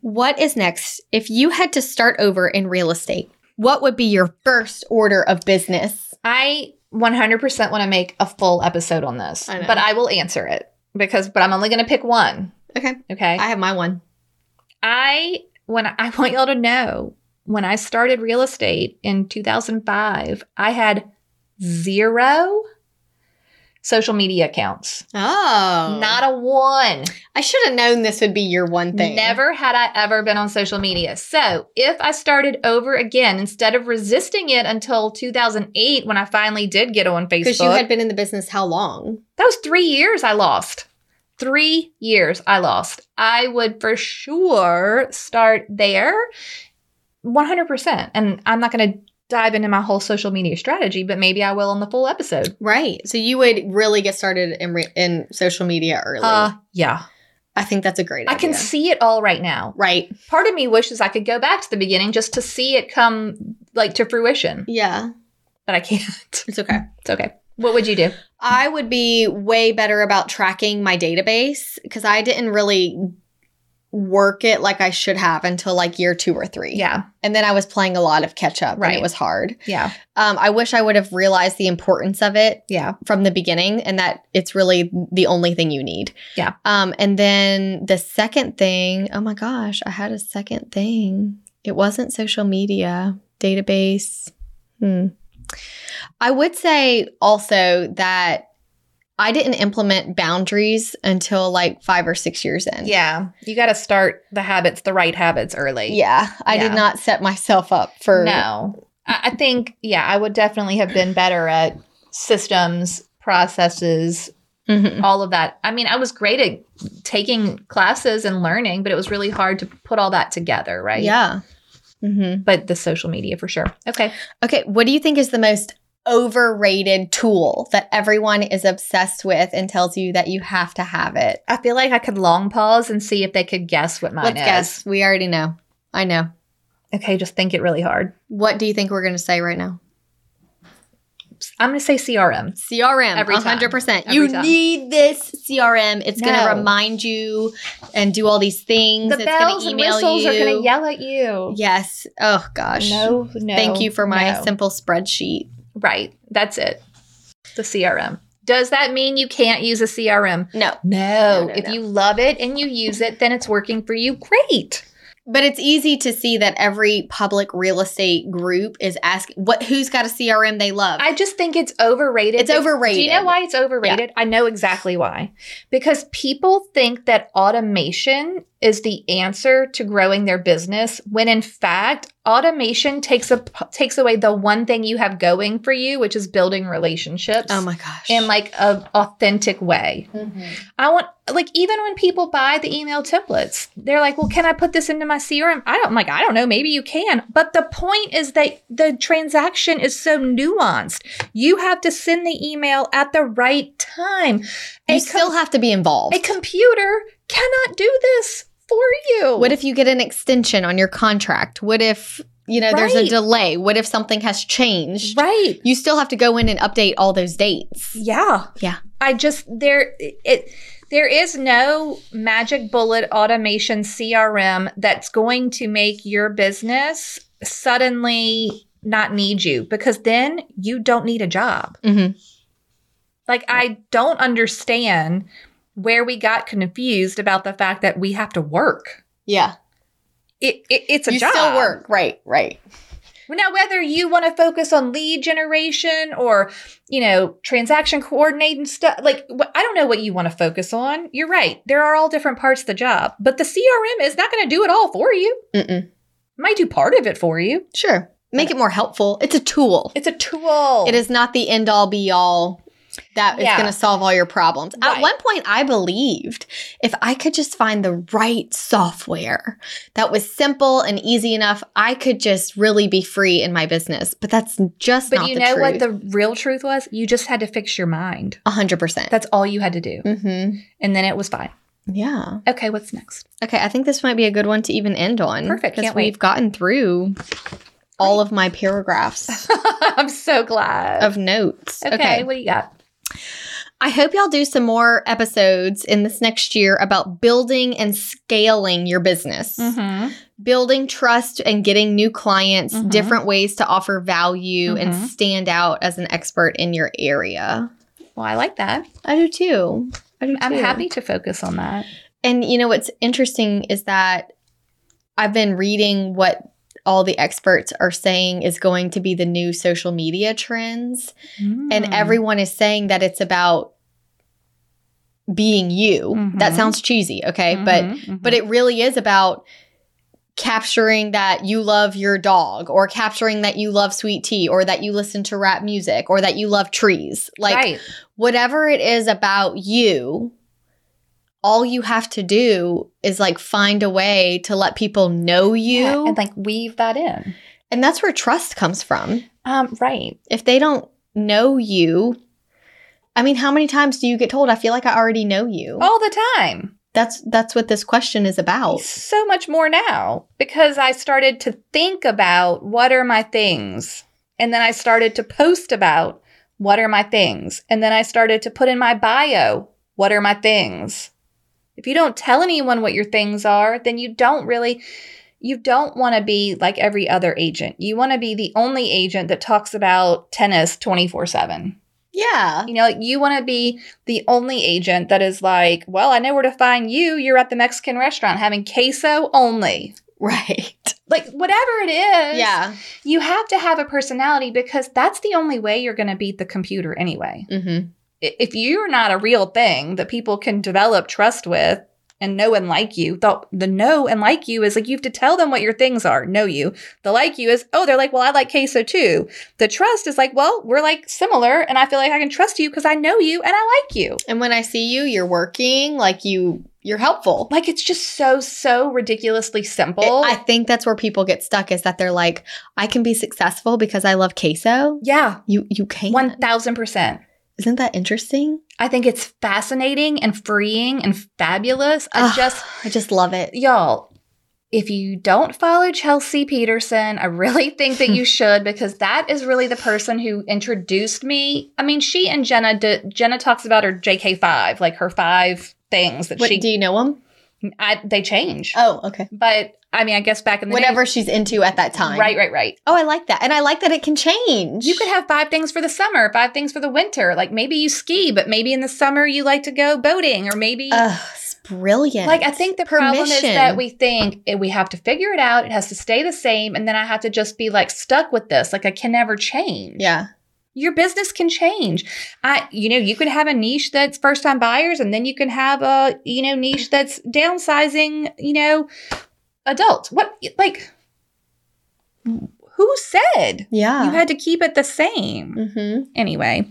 Speaker 4: What is next? If you had to start over in real estate, what would be your first order of business?
Speaker 3: i 100% want to make a full episode on this
Speaker 4: I know.
Speaker 3: but i will answer it because but i'm only going to pick one
Speaker 4: Okay.
Speaker 3: okay
Speaker 4: I have my one.
Speaker 3: I when I want y'all to know when I started real estate in 2005, I had zero social media accounts.
Speaker 4: Oh. Not
Speaker 3: Not a one.
Speaker 4: I should have known this would be your one thing.
Speaker 3: Never had I ever been on social media. So, if I started over again instead of resisting it until 2008 when I finally did get on Facebook.
Speaker 4: Because you had been in the business how long?
Speaker 3: That was three years I lost. Three years I lost. I would for sure start there 100%. And I'm not going to dive into my whole social media strategy, but maybe I will on the full episode.
Speaker 4: Right. So you would really get started in re- in social media early.
Speaker 3: Uh, yeah.
Speaker 4: I think that's a great
Speaker 3: I
Speaker 4: idea.
Speaker 3: can see it all right now.
Speaker 4: Right.
Speaker 3: Part of me wishes I could go back to the beginning just to see it come like to fruition,
Speaker 4: Yeah.
Speaker 3: but I can't.
Speaker 4: It's okay.
Speaker 3: It's okay. What would you do?
Speaker 4: I would be way better about tracking my database because I didn't really work it like I should have until like year two or three.
Speaker 3: Yeah.
Speaker 4: And then I was playing a lot of catch up and
Speaker 3: Right.
Speaker 4: it was hard.
Speaker 3: Yeah.
Speaker 4: Um, I wish I would have realized the importance of it
Speaker 3: Yeah.
Speaker 4: from the beginning and that it's really the only thing you need.
Speaker 3: Yeah.
Speaker 4: Um, and then the second thing, oh my gosh, I had a second thing. It wasn't social media, database. Hmm. I would say also that I didn't implement boundaries until like five or six years in.
Speaker 3: Yeah. You got to start the habits, the right habits early.
Speaker 4: Yeah. I
Speaker 3: Yeah.
Speaker 4: did not set myself up for.
Speaker 3: No. I, I think, yeah, I would definitely have been better at systems, processes,
Speaker 4: Mhm.
Speaker 3: all of that. I mean, I was great at taking classes and learning, but it was really hard to put all that together, right?
Speaker 4: Yeah. hmm
Speaker 3: But the social media for sure. Okay.
Speaker 4: Okay, what do you think is the most overrated tool that everyone is obsessed with and tells you that you have to have it?
Speaker 3: I feel like I could long pause and see if they could guess what mine
Speaker 4: Let's
Speaker 3: is.
Speaker 4: guess. We already know. I know.
Speaker 3: Okay, just think it really hard.
Speaker 4: What do you think we're going to say right now?
Speaker 3: I'm going to say CRM.
Speaker 4: CRM.
Speaker 3: Every time.
Speaker 4: 100%.
Speaker 3: Every
Speaker 4: you
Speaker 3: time.
Speaker 4: need this CRM. It's going
Speaker 3: No.
Speaker 4: to remind you and do all these things.
Speaker 3: The
Speaker 4: it's going
Speaker 3: bells
Speaker 4: to
Speaker 3: and
Speaker 4: email
Speaker 3: whistles
Speaker 4: you.
Speaker 3: are going to yell at you.
Speaker 4: Yes. Oh, gosh.
Speaker 3: No, no.
Speaker 4: Thank you for my
Speaker 3: no.
Speaker 4: simple spreadsheet.
Speaker 3: Right. That's it. The CRM. Does that mean you can't use a CRM?
Speaker 4: No.
Speaker 3: No.
Speaker 4: no,
Speaker 3: if
Speaker 4: no.
Speaker 3: you love it and you use it, then it's working for you. Great.
Speaker 4: But it's easy to see that every public real estate group is asking what who's got a CRM they love.
Speaker 3: I just think it's overrated.
Speaker 4: It's overrated.
Speaker 3: Do you know why it's overrated? I know exactly why. Because people think that automation is the answer to growing their business when in fact, automation takes a takes away the one thing you have going for you, which is building relationships.
Speaker 4: Oh my gosh. Mm-hmm.
Speaker 3: in like a authentic way. I want like even when people buy the email templates, they're like, "Well, can I put this into my CRM?" I don't I'm like I don't know, maybe you can. But the point is that the transaction is so nuanced. You have to send the email at the right time. A
Speaker 4: you
Speaker 3: com-
Speaker 4: still have to be involved.
Speaker 3: a computer cannot do this for you.
Speaker 4: what if you get an extension on your contract? What if, you know, there's a
Speaker 3: Right.
Speaker 4: delay? What if something has changed?
Speaker 3: right?
Speaker 4: You still have to go in and update all those dates.
Speaker 3: Yeah.
Speaker 4: Yeah.
Speaker 3: I just there it there is no magic bullet automation CRM that's going to make your business suddenly not need you because then you don't need a job.
Speaker 4: Mhm.
Speaker 3: Like I don't understand where we got confused about the fact that we have to work.
Speaker 4: Yeah.
Speaker 3: It, it it's a
Speaker 4: you
Speaker 3: job.
Speaker 4: still work. Right, right.
Speaker 3: Now, whether you want to focus on lead generation or, you know, transaction coordinating stuff, like wh- I don't know what you want to focus on. You're right. There are all different parts of the job, but the CRM is not going to do it all for you.
Speaker 4: Mm-mm.
Speaker 3: It might do part of it for you.
Speaker 4: Sure. Make it more helpful. It's a tool.
Speaker 3: It's a tool.
Speaker 4: It is not the end all be all that is
Speaker 3: Yeah.
Speaker 4: going to solve all your problems. At
Speaker 3: Right.
Speaker 4: one point, I believed if I could just find the right software that was simple and easy enough, I could just really be free in my business. But that's just
Speaker 3: But
Speaker 4: not
Speaker 3: you
Speaker 4: the
Speaker 3: know
Speaker 4: truth.
Speaker 3: what the real truth was? You just had to fix your mind.
Speaker 4: 100%.
Speaker 3: That's all you had to do.
Speaker 4: mm-hmm.
Speaker 3: And then it was fine.
Speaker 4: Yeah.
Speaker 3: Okay, what's next?
Speaker 4: Okay. I think this might be a good one to even end on.
Speaker 3: Perfect,
Speaker 4: Because
Speaker 3: can't wait.
Speaker 4: we've gotten through all of my paragraphs
Speaker 3: I'm so glad.
Speaker 4: of notes.
Speaker 3: okay, what do you got?
Speaker 4: I hope y'all do some more episodes in this next year about building and scaling your business,
Speaker 3: Mm-hmm.
Speaker 4: building trust and getting new clients,
Speaker 3: Mhm.
Speaker 4: different ways to offer value
Speaker 3: Mhm.
Speaker 4: and stand out as an expert in your area.
Speaker 3: Well, I like that.
Speaker 4: I do too. I do too.
Speaker 3: I'm happy to focus on that.
Speaker 4: And you know what's interesting is that I've been reading what all the experts are saying is going to be the new social media trends.
Speaker 3: Hmm.
Speaker 4: And everyone is saying that it's about being you. That
Speaker 3: Mhm.
Speaker 4: sounds cheesy, okay?
Speaker 3: Mm-hmm,
Speaker 4: But but it really is about capturing that you love your dog or capturing that you love sweet tea or that you listen to rap music or that you love trees. Like
Speaker 3: right.
Speaker 4: whatever it is about you, all you have to do is like find a way to let people know you.
Speaker 3: Yeah,
Speaker 4: and,
Speaker 3: and like weave that in.
Speaker 4: that's where trust comes from.
Speaker 3: Um, right.
Speaker 4: If they don't know
Speaker 3: Oh.
Speaker 4: you, I mean, how many times do you get told, I feel like I already know you?
Speaker 3: All the time.
Speaker 4: That's that's what this question is about.
Speaker 3: so much more now because I started to think about what are my things. And then I started to post about what are my things. And then I started to put in my bio, what are my things. If you don't tell anyone what your things are, then you don't really you don't want to be like every other agent. You want to be the only agent that talks about tennis 24/7.
Speaker 4: Yeah.
Speaker 3: You know, you want to be the only agent that is like, well, I know where to find you. You're at the Mexican restaurant having queso only.
Speaker 4: Right.
Speaker 3: Like, whatever it is,
Speaker 4: Yeah.
Speaker 3: you have to have a personality because that's the only way you're going to beat the computer anyway.
Speaker 4: Mm-hmm.
Speaker 3: I- If you're not a real thing that people can develop trust with and know and like you, the, the know and like you is like you have to tell them what your things are, know you. The like you is, oh, they're like, well, I like queso too. The trust is like, well, we're like similar and I feel like I can trust you because I know you and I like you.
Speaker 4: And when I see you, you're working, like you you're helpful.
Speaker 3: Like it's just so, so ridiculously simple.
Speaker 4: It- I think that's where people get stuck is that they're like, I can be successful because I love queso.
Speaker 3: yeah,
Speaker 4: You you can't.
Speaker 3: 1000%.
Speaker 4: Isn't that interesting?
Speaker 3: I think it's fascinating and freeing and fabulous. I
Speaker 4: Ugh,
Speaker 3: just,
Speaker 4: I just love it.
Speaker 3: y'all, if you don't follow Chelsea Peterson, I really think that you should because that is really the person who introduced me. I mean, she and Jenna, did, Jenna talks about her JK5, like her five things that
Speaker 4: What,
Speaker 3: she,
Speaker 4: do you know him?
Speaker 3: I, they change.
Speaker 4: Oh, okay.
Speaker 3: but I mean, I guess back in the day-
Speaker 4: Whatever she's into at that time.
Speaker 3: Right, right, right.
Speaker 4: Oh, I like that. And I like that it can change.
Speaker 3: You could have five things for the summer, five things for the winter. Like maybe you ski, but maybe in the summer you like to go boating, or maybe
Speaker 4: Ugh, it's brilliant.
Speaker 3: like I think the problem is that
Speaker 4: Permission.
Speaker 3: we think eh, we have to figure it out. It has to stay the same, and then I have to just be like stuck with this. Like I can never change.
Speaker 4: Yeah.
Speaker 3: Your business can change. I, you know, you could have a niche that's first time buyers, and then you can have a, you know, niche that's downsizing, you know, adults. What, like, who said you
Speaker 4: Yeah.
Speaker 3: had to keep it the same?
Speaker 4: mm-hmm.
Speaker 3: Anyway.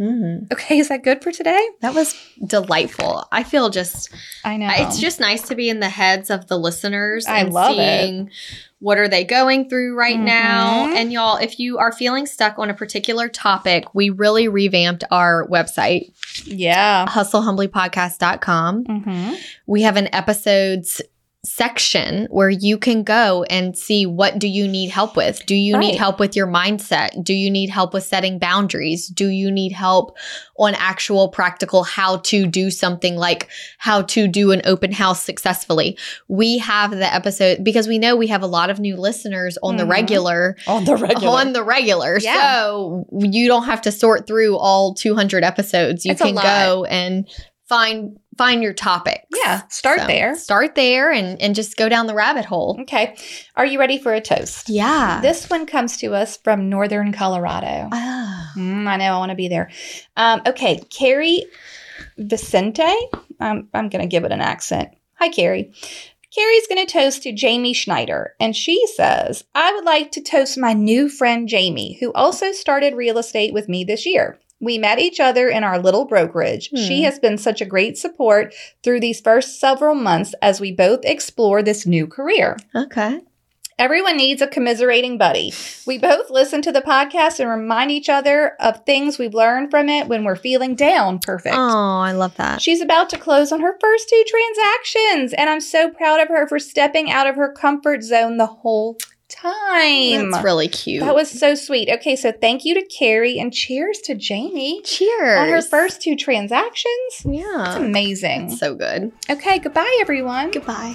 Speaker 4: Mm-hmm.
Speaker 3: Okay, is that good for today?
Speaker 4: That was delightful. I feel just
Speaker 3: I know.
Speaker 4: it's just nice to be in the heads of the listeners
Speaker 3: I
Speaker 4: and
Speaker 3: love it.
Speaker 4: seeing what are they going through right now.
Speaker 3: Mhm.
Speaker 4: And y'all, if you are feeling stuck on a particular topic, we really revamped our website,
Speaker 3: yeah.
Speaker 4: hustlehumblypodcast.com.
Speaker 3: Mm-hmm.
Speaker 4: we have an episodes section where you can go and see what do you need help with do you need
Speaker 3: Right.
Speaker 4: help with your mindset do you need help with setting boundaries do you need help on actual practical how to do something like how to do an open house successfully we have the episode because we know we have a lot of new listeners on the
Speaker 3: Mhm.
Speaker 4: regular
Speaker 3: On the regular.
Speaker 4: on the regular
Speaker 3: Yeah.
Speaker 4: so you don't have to sort through all 200 episodes you
Speaker 3: It's a
Speaker 4: can
Speaker 3: lot.
Speaker 4: go and find find your topics
Speaker 3: yeah, start
Speaker 4: so
Speaker 3: there.
Speaker 4: Start there and, and just go down the rabbit hole.
Speaker 3: Okay. Are you ready for a toast?
Speaker 4: Yeah.
Speaker 3: This one comes to us from Northern Colorado.
Speaker 4: Ah.
Speaker 3: Mm, I know, I want to be there. Um, okay, Carrie Vicente. Um, I'm going to give it an accent. Hi, Carrie. Carrie's going to toast to Jamie Schneider, and she says, I would like to toast my new friend Jamie, who also started real estate with me this year. We met each other in our little brokerage. She
Speaker 4: Hmm.
Speaker 3: has been such a great support through these first several months as we both explore this new career.
Speaker 4: Okay.
Speaker 3: Everyone needs a commiserating buddy. We both listen to the podcast and remind each other of things we've learned from it when we're feeling down. Perfect.
Speaker 4: Oh, I love that.
Speaker 3: She's about to close on her first two transactions, and I'm so proud of her for stepping out of her comfort zone the whole time.
Speaker 4: That's really cute.
Speaker 3: that was so sweet. Okay, so thank you to Carrie and cheers to Jamie
Speaker 4: cheers.
Speaker 3: on her first two transactions. That's
Speaker 4: Yeah.
Speaker 3: amazing.
Speaker 4: So good.
Speaker 3: okay, goodbye, everyone.
Speaker 4: Goodbye.